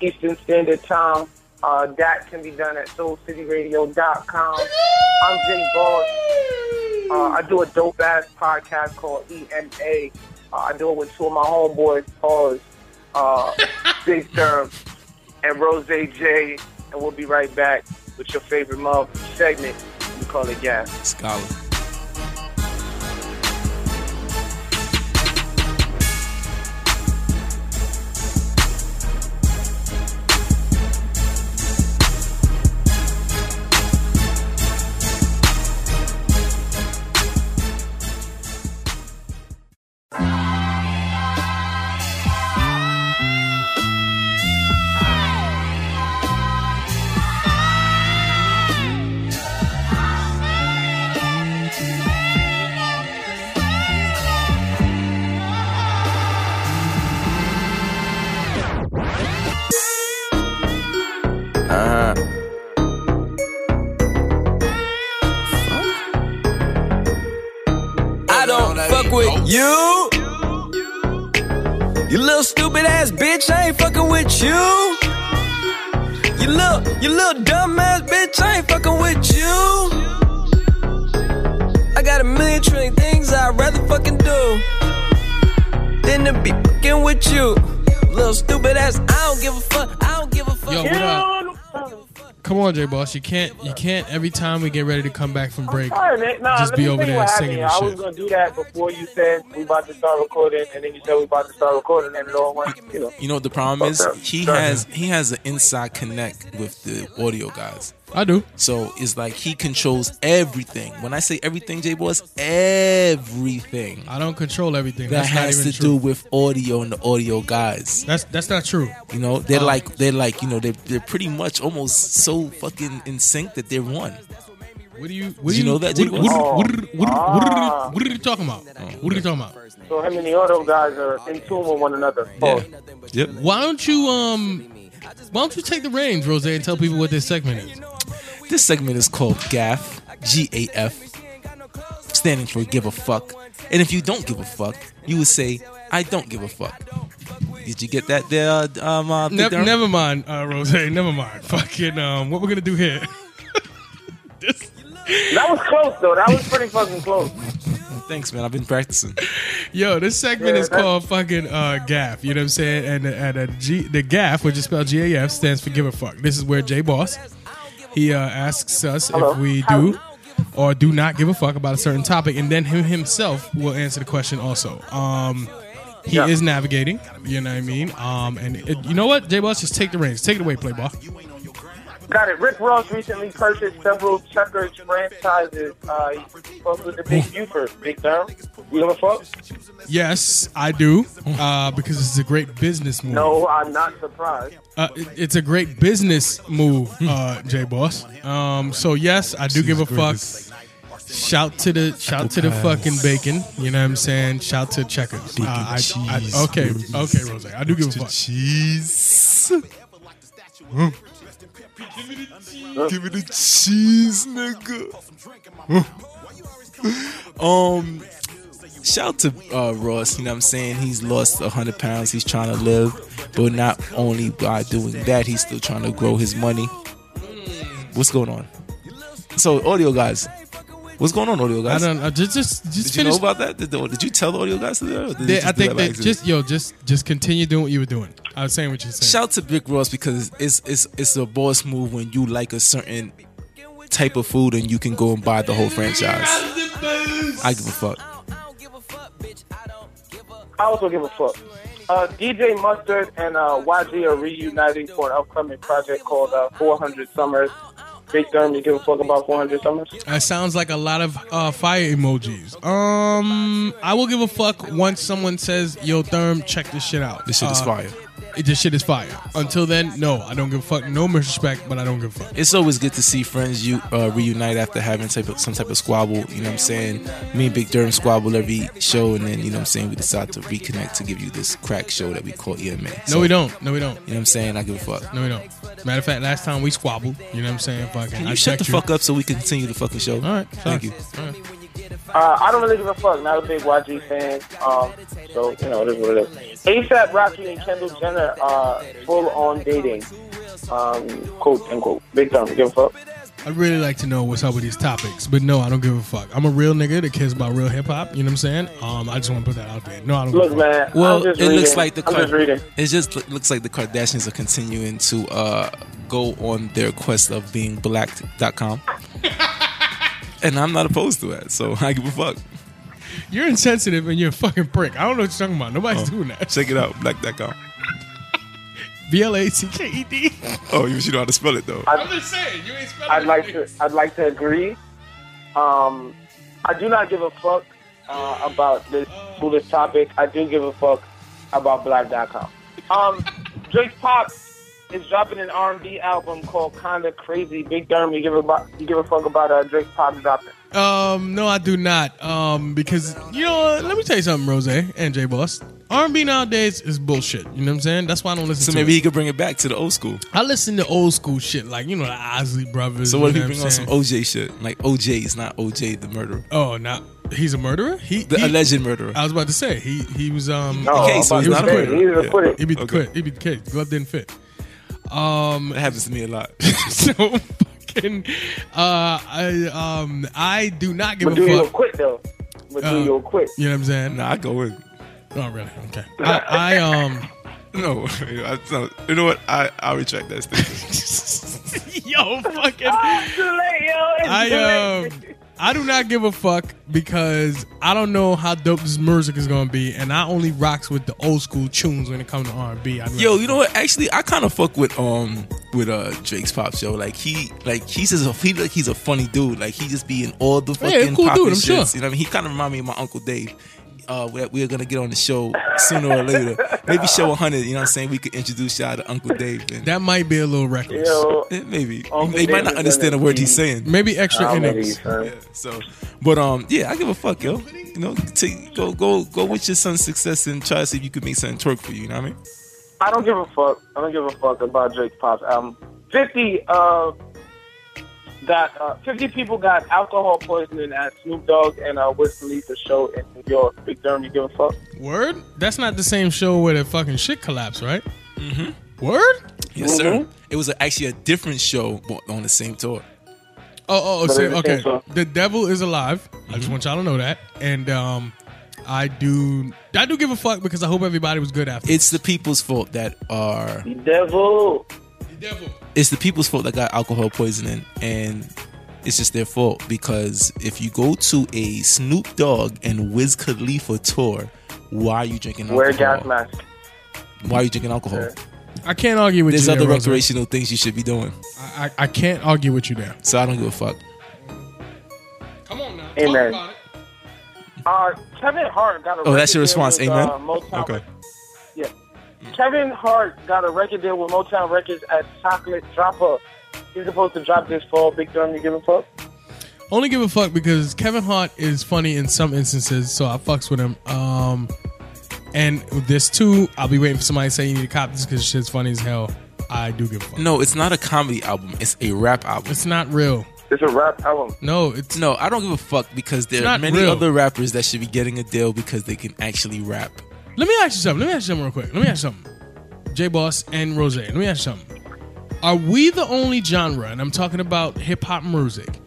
Eastern Standard Time. Uh, that can be done at SoulCityRadio.com. I'm Jay Boss. Uh, I do a dope ass podcast called EMA. Uh, I do it with two of my homeboys, Pause, uh, Big Term, and Rose J. And we'll be right back with your favorite month segment. We call it Gas. Scholar. Uh-huh. I don't fuck with you. You little stupid ass bitch, I ain't fucking with you. You little, you little dumb ass bitch, I ain't fucking with you. I got a million trillion things I'd rather fucking do than to be fucking with you. Little stupid ass, I don't give a fuck, I don't give a fuck. Yo, Oh, what up? Come on, J Boss. You can't. You can't. Every time we get ready to come back from break, All right, man. Nah, Just let be me over tell you there what singing happened. I and was gonna do that before you said we about to start recording, and then you said we about to start recording, and it all went, you know. You know what the problem is? Okay. He Go ahead. has he has an inside connect with the audio guys. I do. So it's like he controls everything. When I say everything, J Boss, everything I don't control everything. that That's not has even to true. do with audio and the audio guys. That's that's not true. You know, they're like they're like you know they're they're pretty much almost so fucking in sync that they're one. What do you? Did What do you know that, What, J-Boss? what, what, what, what, Ah. what are you talking about? What are you talking about? So him and the auto guys are in tune with one another. Oh, Yep. Why don't you um? Why don't you take the reins, Rose, and tell people what this segment is? This segment is called GAF, G A F, standing for give a fuck. And if you don't give a fuck, you would say, I don't give a fuck. Did you get that there? Um, uh, Ne- Victor? never mind, uh, Rose. Never mind. Fucking um, what we're gonna do here? this, that was close though. That was pretty fucking close. Thanks, man. I've been practicing. yo, this segment Yeah, is that- called fucking uh, gaff. You know what I'm saying? And and uh, G, the gaff, which is spelled G A F, stands for give a fuck. This is where J Boss he uh, asks us Hello. if we do or do not give a fuck about a certain topic, and then him himself will answer the question also. Um, he Yeah. is navigating. You know what I mean? Um, and it, you know what, J Boss, just take the reins. Take it away, play ball. Got it. Rick Ross recently purchased several checkers franchises. Uh, he fucked with the big Buford, big term. You give a fuck? Yes, I do, uh, because this is a great business move. No, I'm not surprised. Uh, it- it's a great business move, uh, J Boss. Um, so yes, I do give a fuck. Shout to the shout to the fucking bacon. You know what I'm saying? Shout to checkers. Uh, I, I, okay, okay, Rose. I do give a fuck. Cheese. Give me the cheese, nigga. um, shout to uh, Ross. You know what I'm saying? He's lost 100 pounds. He's trying to live. But not only by doing that, he's still trying to grow his money. What's going on? So, audio guys. What's going on, audio I guys? don't. I just just just Did you finish. know about that? Did, the- did you tell the audio guys to do that? Or did they They- just I do think by that accident? just yo just just continue doing what you were doing. I was saying what you're saying. Shout to Big Ross because it's it's it's a boss move when you like a certain type of food and you can go and buy the whole franchise. I give a fuck. I also give a fuck. Uh, DJ Mustard and uh, YG are reuniting for an upcoming project called uh, 400 Summers. Big Durham, you give a fuck about 400 Summers? That sounds like a lot of uh, fire emojis. Um, I will give a fuck once someone says, "Yo, Therm, check this shit out." This shit is Uh, fire. it- this shit is fire. Until then, no, I don't give a fuck. No disrespect, but I don't give a fuck. It's always good to see friends you uh, reunite after having type of, some type of squabble. You know what I'm saying? Me and Big Durham squabble every show, and then you know what I'm saying we decide to reconnect to give you this crack show that we call E EMA. No, we don't. No, we don't. You know what I'm saying? I give a fuck. No, we don't. Matter of fact, last time we squabbled. You know what I'm saying? Fucking, Can I you shut the checked you. fuck up so we can continue the fucking show? All right, thank you. All right. Uh, I don't really give a fuck. Not a big YG fan. Um, so, you know, it is what it is. ASAP Rocky and Kendall Jenner are full on dating. Um, quote unquote. Big time. Give a fuck. I'd really like to know what's up with these topics, but no, I don't give a fuck. I'm a real nigga that cares about real hip hop. You know what I'm saying? Um, I just want to put that out there. No, I don't. give Look, a fuck. man. Well, I'm just it looks reading. like the I'm just reading. it just lo- looks like the Kardashians are continuing to uh, go on their quest of being blacked.com. and I'm not opposed to that, so I give a fuck. You're insensitive and you're a fucking prick. I don't know what you're talking about. Oh. Nobody's doing that. Check it out, black.com. B L A C K E D. Oh, you should know how to spell it though. I'm just saying, you ain't spelling. I'd like it. to. I'd like to agree. Um, I do not give a fuck uh, about this foolish topic. I do give a fuck about Black.com. Um, Drake Pop is dropping an R&B album called Kinda Crazy. Big Derm, you give a bu- you give a fuck about uh, Drake Pop dropping? Um, no, I do not. Um, because you know, what? let me tell you something, Rose and J Boss. R&B nowadays is bullshit. You know what I'm saying? That's why I don't listen So to maybe it. he could bring it back to the old school. I listen to old school shit, like you know the Osley Brothers. So what if you he know bring I'm on some saying? OJ shit? Like OJ is not OJ the murderer, Oh, not he's a murderer. He, the he- alleged murderer. I was about to say he he was um Okay, so I'm he's about to not a say, quitter. He's Yeah. a quitter. he beat the Okay. kid. He beat the kid. Glove didn't fit. That happens to me a lot. so fucking. Uh, I um I do not give But do you a a fuck. quit though? But do Uh, you a quit? You know what I'm saying? nah, I go in. Not really. Okay. I, I um. No, I, no, you know what? I I retract that statement. Yo, fucking. It's too late, yo. It's I too um late. I do not give a fuck because I don't know how dope this music is gonna be, and I only rocks with the old school tunes when it comes to R and B. Yo, you know what? Actually, I kind of fuck with um with uh Drake's pop show. Like he like he's just a, he like he's a funny dude. Like he just be in all the Yeah, fucking cool poppin' dude, I'm sure. shits. You know what I mean? He kind of remind me of my uncle Dave. Uh, that we're gonna get on the show sooner or later. Maybe show 100. You know what I'm saying? We could introduce y'all to Uncle Dave. And that might be a little reckless. Yo, Eh, maybe Uncle they might Dave not is understand a gonna word be- he's saying. Maybe extra I'll make you, innings. son. So, but um, yeah, I give a fuck, yo. You know, take, go go go with your son's success and try to see if you can make something twerk for you. You know what I mean? I don't give a fuck. I don't give a fuck about Drake's Pop's album. Fifty uh got uh, fifty people got alcohol poisoning at Snoop Dogg and uh Wiz Khalifa show in New York. Big Durham, you give a fuck? Word? That's not the same show where the fucking shit collapsed, right? Mm-hmm. Word? Yes, sir. It was a, actually a different show but on the same tour. Oh, oh, But so, it- okay. it's a- The devil is alive. I just want y'all to know that, and um, I do, I do give a fuck because I hope everybody was good after. It's the people's fault that are. Devil. the devil. It's the people's fault that got alcohol poisoning, and it's just their fault because if you go to a Snoop Dogg and Wiz Khalifa tour, why are you drinking alcohol? Wear a gas mask. Why are you drinking alcohol? I can't argue with There's you. other there, Rosa. recreational things you should be doing. I, I, I can't argue with you there. So I don't give a fuck. Come on now. Amen. about Uh Kevin Hart got a Oh, record that's your deal response, with, amen? Uh, Motown Okay. Yeah. Kevin Hart got a record deal with Motown Records as Chocolate Dropper. He's supposed to drop this fall. Big Durham, you give a fuck? Only give a fuck because Kevin Hart is funny in some instances, so I fucks with him. Um, and with this too, I'll be waiting for somebody to say you need to cop this because shit's funny as hell. I do give a fuck. No, it's not a comedy album. It's a rap album. It's not real. It's a rap album. No, it's No, I don't give a fuck because there are not many real. other rappers that should be getting a deal because they can actually rap. Let me ask you something. Let me ask you something real quick. Let me ask you something. J Boss and Rose. Let me ask you something. Are we the only genre, and I'm talking about hip hop music,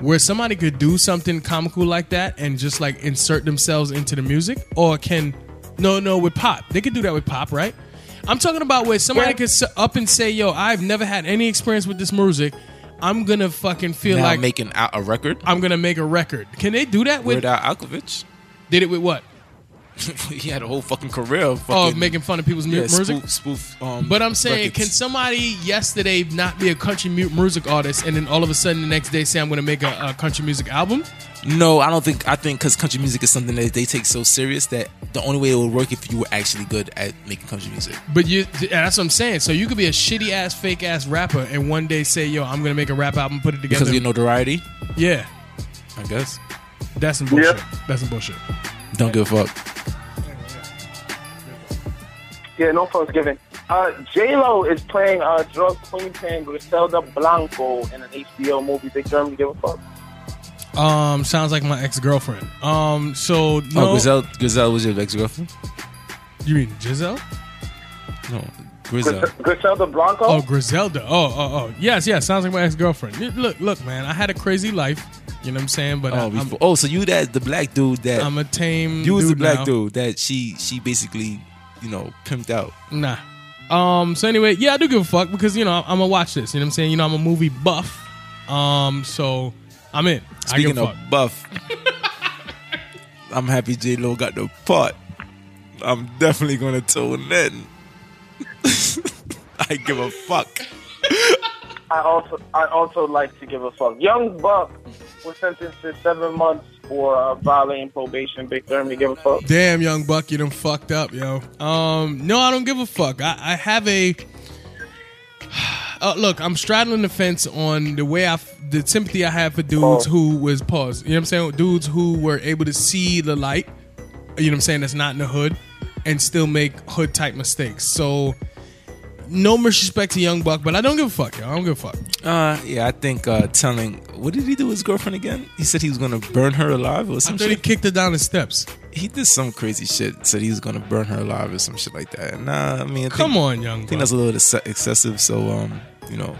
where somebody could do something comical like that and just like insert themselves into the music? Or can no no with pop. They could do that with pop, right? I'm talking about where somebody could s- up and say, yo, I've never had any experience with this music. I'm gonna fucking feel Now like making out a record I'm gonna make a record. Can they do that with without Alkovich. did it with what? he had a whole fucking career of Oh, fucking, of making fun of people's mu- yeah, music. spoof, spoof, um, But I'm saying, records. can somebody yesterday not be a country mu- music artist and then all of a sudden the next day say I'm going to make a, a country music album? No, I don't think. I think because country music is something that they take so serious that the only way it will work if you were actually good at making country music. But you, th- that's what I'm saying. So you could be a shitty ass, fake ass rapper and one day say, "Yo, I'm going to make a rap album, put it together." Because of your notoriety, yeah, I guess. that's some bullshit. That's some bullshit. Don't give a fuck. Yeah, no fucks given. Uh, J Lo is playing uh, drug queen playing Griselda Blanco in an HBO movie. Big German give a fuck. Um, sounds like my ex girlfriend. Um, so no, Oh, Grizel, Grizel was your ex girlfriend? you mean Giselle? No, Grizel. Griselda Blanco. Oh, Griselda. Oh, oh, oh. Yes, yes. Sounds like my ex girlfriend. Look, look, man. I had a crazy life. You know what I'm saying? But I, Oh, I'm, before, oh, so you that the black dude that I'm a tame. you was the Mm, dude black now. dude that she she basically you know pimped out. Nah. Um. So anyway, yeah, I do give a fuck because you know I'm gonna watch this. You know what I'm saying? You know I'm a movie buff. Um. So I'm in. I Speaking give a of fuck. buff, I'm happy J Lo got the part. I'm definitely gonna tune in. I give a fuck. I also I also like to give a fuck. Young Buck was sentenced to seven months for uh, violating probation. Big German give a fuck. Damn, young buck, you done fucked up, yo. Um, no, I don't give a fuck. I, I have a uh, look. I'm straddling the fence on the way I, f- the sympathy I have for dudes who was paused. You know what I'm saying? Dudes who were able to see the light. You know what I'm saying? That's not in the hood, and still make hood type mistakes. So, no disrespect to young buck, but I don't give a fuck, yo. I don't give a fuck. Uh, yeah, I think uh, telling what did he do his girlfriend again? He said he was gonna burn her alive or I some thought he shit. kicked her down the steps. He did some crazy shit. Said he was gonna burn her alive or some shit like that. Nah, I mean, I Come think, on, young I think buck. that's a little ex- excessive. So, um, you know,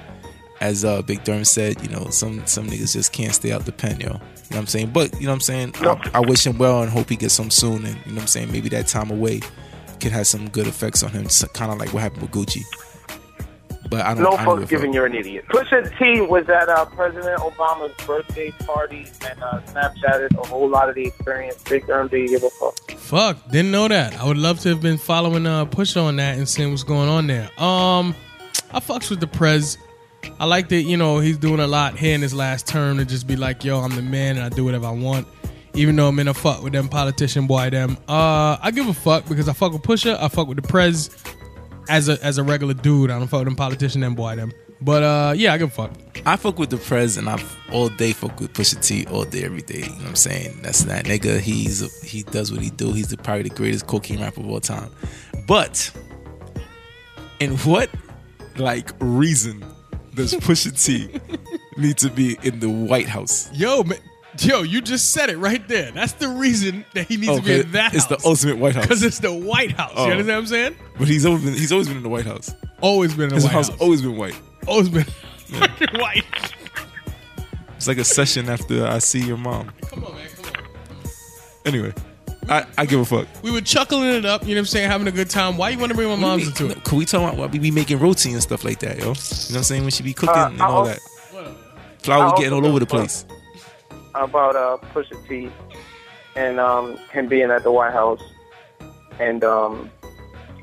as uh, Big Durham said, you know, some some niggas just can't stay out the pen, yo. You know what I'm saying? But you know what I'm saying? I, I wish him well and hope he gets home soon. And you know what I'm saying? Maybe that time away could have some good effects on him, kind of like what happened with Gucci. But I don't. No I don't give a fucks given. fuck. You're an idiot. Pusha T was at uh, President Obama's birthday party and uh, Snapchatted a whole lot of the experience. Big German do you give a fuck? Fuck, didn't know that. I would love to have been following uh push on that and seeing what's going on there. Um I fucks with the prez. I like that, you know, he's doing a lot here in his last term to just be like, yo, I'm the man and I do whatever I want. Even though I'm in a fuck with them politician boy them. Uh I give a fuck because I fuck with Pusha, I fuck with the Prez as a as a regular dude. I don't fuck with them politician them boy them. But uh yeah, I give a fuck. I fuck with the prez and I all day fuck with Pusha T all day every day. You know what I'm saying? That's that nigga. He's he does what he do. He's the, probably the greatest cocaine rapper of all time. But in what like reason does Pusha T need to be in the White House? Yo, man, yo, you just said it right there. That's the reason that he needs to be in that it's house. the ultimate White Because House. it's the White House. Oh. You understand what I'm saying? But he's always been, he's always been in the White House. Always been in the His White house House. always been white. Always been fucking white. It's like a session after I see your mom. Come on, man. Come on. Anyway, I, I give a fuck. We were chuckling it up. You know what I'm saying? Having a good time. Why you want to bring my mom's into it? Can we talk about why we be making roti and stuff like that, yo? You know what I'm saying? When she be cooking Uh, and all I'll- that. Flour I'll getting all also over the give a place. About uh, Pusha T and um, him being at the White House and um,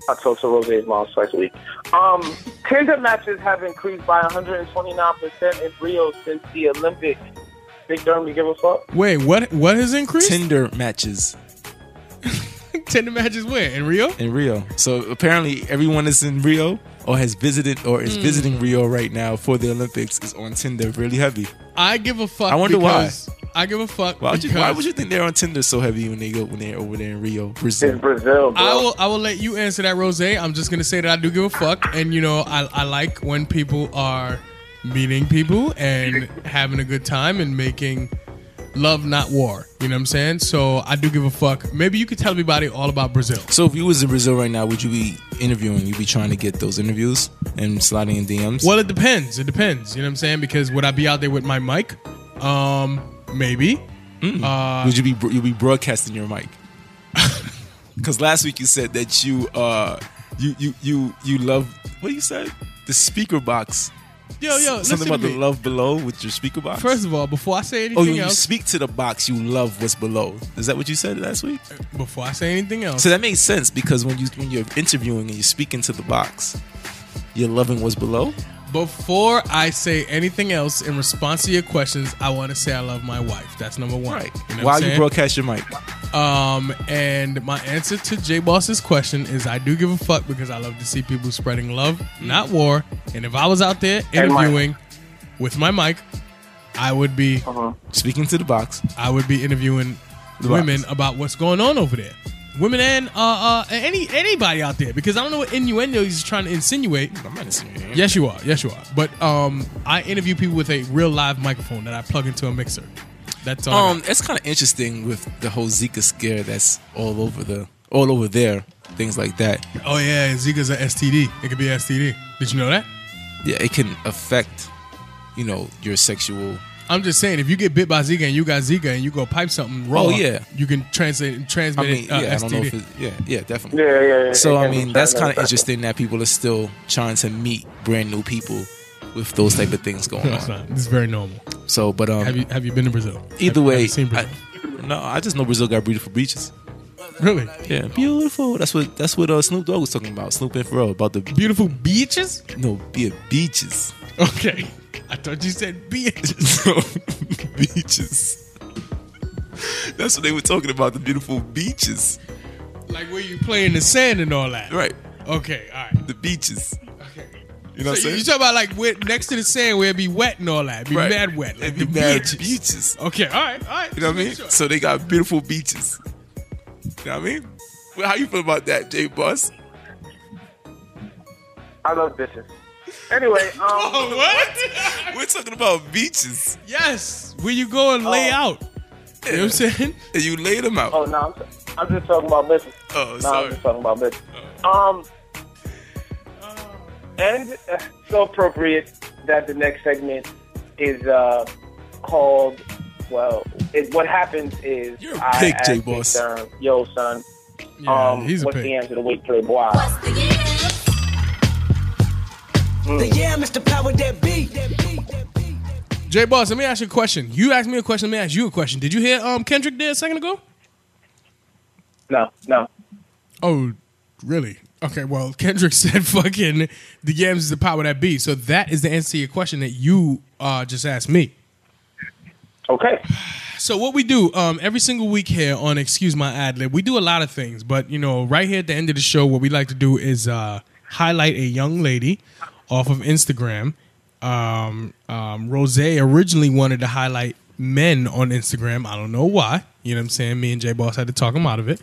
I talked to Rose's mom twice a week. Um, Tinder matches have increased by 129% in Rio since the Olympics. Big Durham, you give a fuck? Wait, what? What has increased? Ten, Tinder matches matches where in Rio? in Rio. So apparently everyone that's in Rio or has visited or Hmm. is visiting Rio right now for the Olympics is on Tinder really heavy. I give a fuck. I wonder why. because- I give a fuck. Why would, you, why because- would you think they're on Tinder so heavy when they go when they're over there in Rio, It's Brazil? Brazil, bro. I will. I will let you answer that, Rose. I'm just gonna say that I do give a fuck, and you know, I, I like when people are meeting people and having a good time and making love, not war. You know what I'm saying? So I do give a fuck. Maybe you could tell everybody all about Brazil. So if you was in Brazil right now, would you be interviewing? You be trying to get those interviews and sliding in DMs? Well, it depends. It depends. You know what I'm saying? Because would I be out there with my mic? Um, maybe. Uh, Would you be you be broadcasting your mic? Because last week you said that you uh you you you you love what do you say the speaker box Yo, yo, listen something about to the me. love below with your speaker box. First of all, before I say anything oh, you, you else, speak to the box. You love what's below. Is that what you said last week? before I say anything else, So that makes sense because when you when you're interviewing and you're speaking to the box, you're loving what's below. before I say anything else in response to your questions, I want to say I love my wife. That's number one. Right. You know what While I'm you saying? broadcast your mic, Um, and my answer to J Boss's question is I do give a fuck because I love to see people spreading love, not war. And if I was out there mic. interviewing with my mic, I would be speaking to the box. I would be interviewing The women box. about what's going on over there. Women and uh, uh, any anybody out there because I don't know what innuendo he's trying to insinuate. I'm not listening. Yes, you are. Yes, you are. But um, I interview people with a real live microphone that I plug into a mixer. That's all. I Um, got. it's kind of interesting with the whole Zika scare that's all over the all over there, things like that. oh yeah, Zika's an STD. It could be a STD. Did you know that? Yeah, it can affect, you know, your sexual. I'm just saying, if you get bit by Zika and you got Zika and you go pipe something raw, Oh, yeah. you can translate and I transmit mean, it, uh, yeah, I don't know STD. if it's, yeah, yeah, definitely. Yeah, yeah, yeah. So It I can be mean, that's transmitted kind of interesting that people are still trying to meet brand new people with those type of things going no, it's on. not. It's very normal. So, but um, Have you have you been to Brazil? Have- either have way, you seen I, Brazil? no, I just know Brazil got beautiful beaches. really Yeah, beautiful. That's what that's what uh, Snoop Dogg was talking about. Snoop and Pharrell about the beautiful beaches. no, yeah, beaches. Okay, I thought you said beaches. So, beaches. That's what they were talking about, the beautiful beaches. like where you play in the sand and all that. Right. Okay. All right. The beaches. Okay. You know what I'm so you, saying? you talk about like where, next to the sand where it be wet and all that, It'd be Right. mad wet, like It'd the be mad beaches. beaches. Okay. All right. All right. You know what I mean? Sure. So they got beautiful beaches. You know what I mean? Well, how you feel about that, Jay Boss? I love bitches. Anyway, um, Oh, what? We're talking about beaches. Yes, where you go and lay Oh. out. You know what I'm saying? And you laid them out. oh no, I'm, I'm just talking about bitches. Oh, No, I'm sorry. just talking about bitches. Um, and uh, so appropriate that the next segment is uh, called. Well, it, what happens is You're a I pig, ask J-Boss. Big Sean, Yo, son. Yeah, um, he's a what's pig. the answer to wait for the boy? Yeah, Mr. Power, that beat. That beat, that beat. J Boss, let me ask you a question. You asked me a question, let me ask you a question. Did you hear um Kendrick there a second ago? No, no. Oh, really? Okay, well, Kendrick said fucking the yams is the power that be. So that is the answer to your question that you uh, just asked me. Okay. So what we do um, every single week here on Excuse My Ad Lib, we do a lot of things, but you know, right here at the end of the show, what we like to do is uh, highlight a young lady off of Instagram. Um, um, Rose originally wanted to highlight men on Instagram. I don't know why. You know what I'm saying? Me and J Boss had to talk him out of it,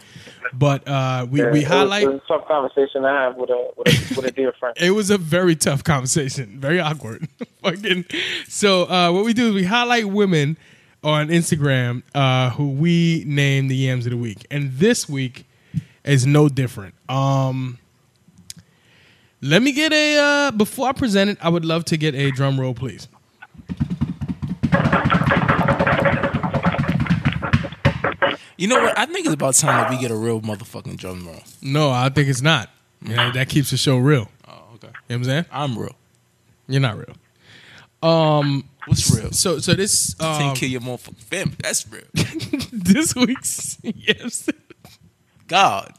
but uh, we we It was- highlight. It was a tough conversation I have with a with a, with a dear friend. It was a very tough conversation, very awkward. Fucking. So uh, what we do is we highlight women on Instagram uh, who we name the yams of the week, and this week is no different. Um, let me get a uh, before I present it. I would love to get a drum roll, please. You know what? I think it's about time that we get a real motherfucking drum roll. No, I think it's not. You know, that keeps the show real. Oh, okay. You know what I'm saying? I'm real. You're not real. What's real? So, so this um, Take care of your motherfucking family. That's real. this week's yes. God.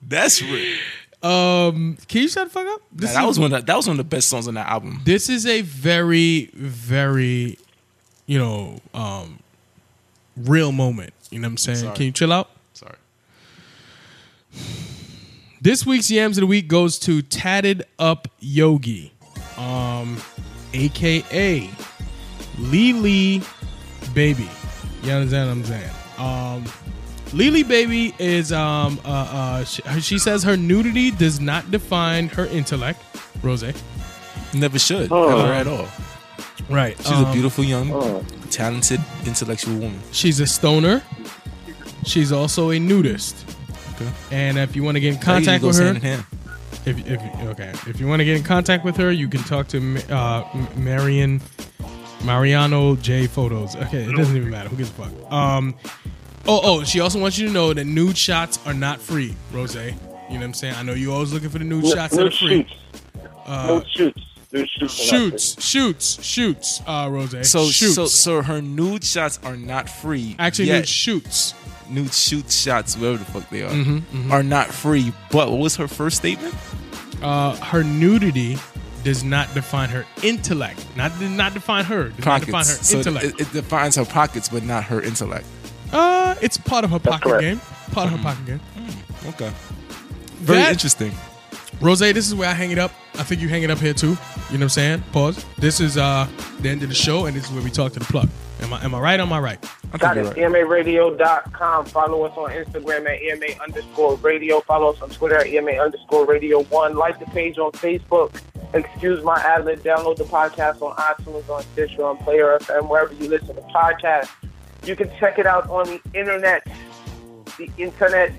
That's real. Can you shut the fuck up? This Nah, that was one. Of, that was one of the best songs on that album. this is a very very you know um real moment you know what i'm saying Sorry. can you chill out Sorry. this week's yams of the week goes to tatted up yogi um aka lily baby you understand what i'm saying um Lily Baby is um uh, uh she, she says her nudity does not define her intellect, Rose. Never should. Oh. Never at all. Right. um, She's a beautiful young, talented, intellectual woman. She's a stoner. She's also a nudist. Okay. And if you want to get in Usually contact goes with her, hand in hand. if, if okay, if you want to get in contact with her, you can talk to Ma- uh, M- Marion Mariano J Photos. Okay, it doesn't even matter. Who gives a fuck? Um, oh, oh, she also wants you to know that nude shots are not free, Rose. You know what I'm saying? I know you always looking for the nude shots that are Nude free. shoots. Nude shoots. There's shoots. Shoots, shoots, shoots, uh, Rose. So, shoots. so, so her nude shots are not free. Actually, yet. dude, shoots. nude shoot shots, whatever the fuck they are, Mm-hmm, are not free. But what was her first statement? Uh, her nudity does not define her intellect. Not did not define her. Does not define her Pockets. So intellect. It, it defines her pockets, but not her intellect. uh, it's part of her pocket correct. game. Part of her pocket game. Okay. Mm-hmm. Very That- interesting. Rose, this is where I hang it up. I think you hang it up here too. You know what I'm saying? Pause. This is uh the end of the show, and this is where we talk to the plug. Am I am I right? Am I right? I think Got you're it. right. EMAradio.com. Follow us on Instagram at EMA underscore radio. Follow us on Twitter at EMA underscore radio one. Like the page on Facebook. Excuse my adlet. Download the podcast on iTunes, on Stitcher, on Player FM, wherever you listen to podcasts. You can check it out on the internet. The internet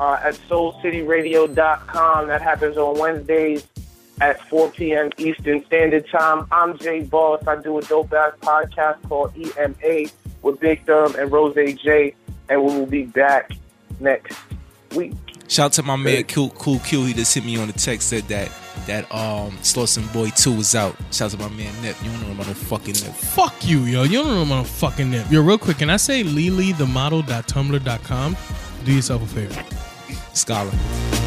uh, at soulcityradio.com. That happens on Wednesdays at 4 p.m. Eastern Standard Time. I'm Jay Boss. I do a dope ass podcast called EMA with Big Thumb and Rose J, and we will be back next week. Shout out to my man Cool Cool Q. He just hit me on the text said that that um Slauson Boy Two was out. Shout out to my man Nip. You don't know about no fucking Nip. Fuck you, yo. You don't know I'm on a fucking nip. Yo, real quick, can I say lily the model.tumblr.com? Do yourself a favor. Scholar.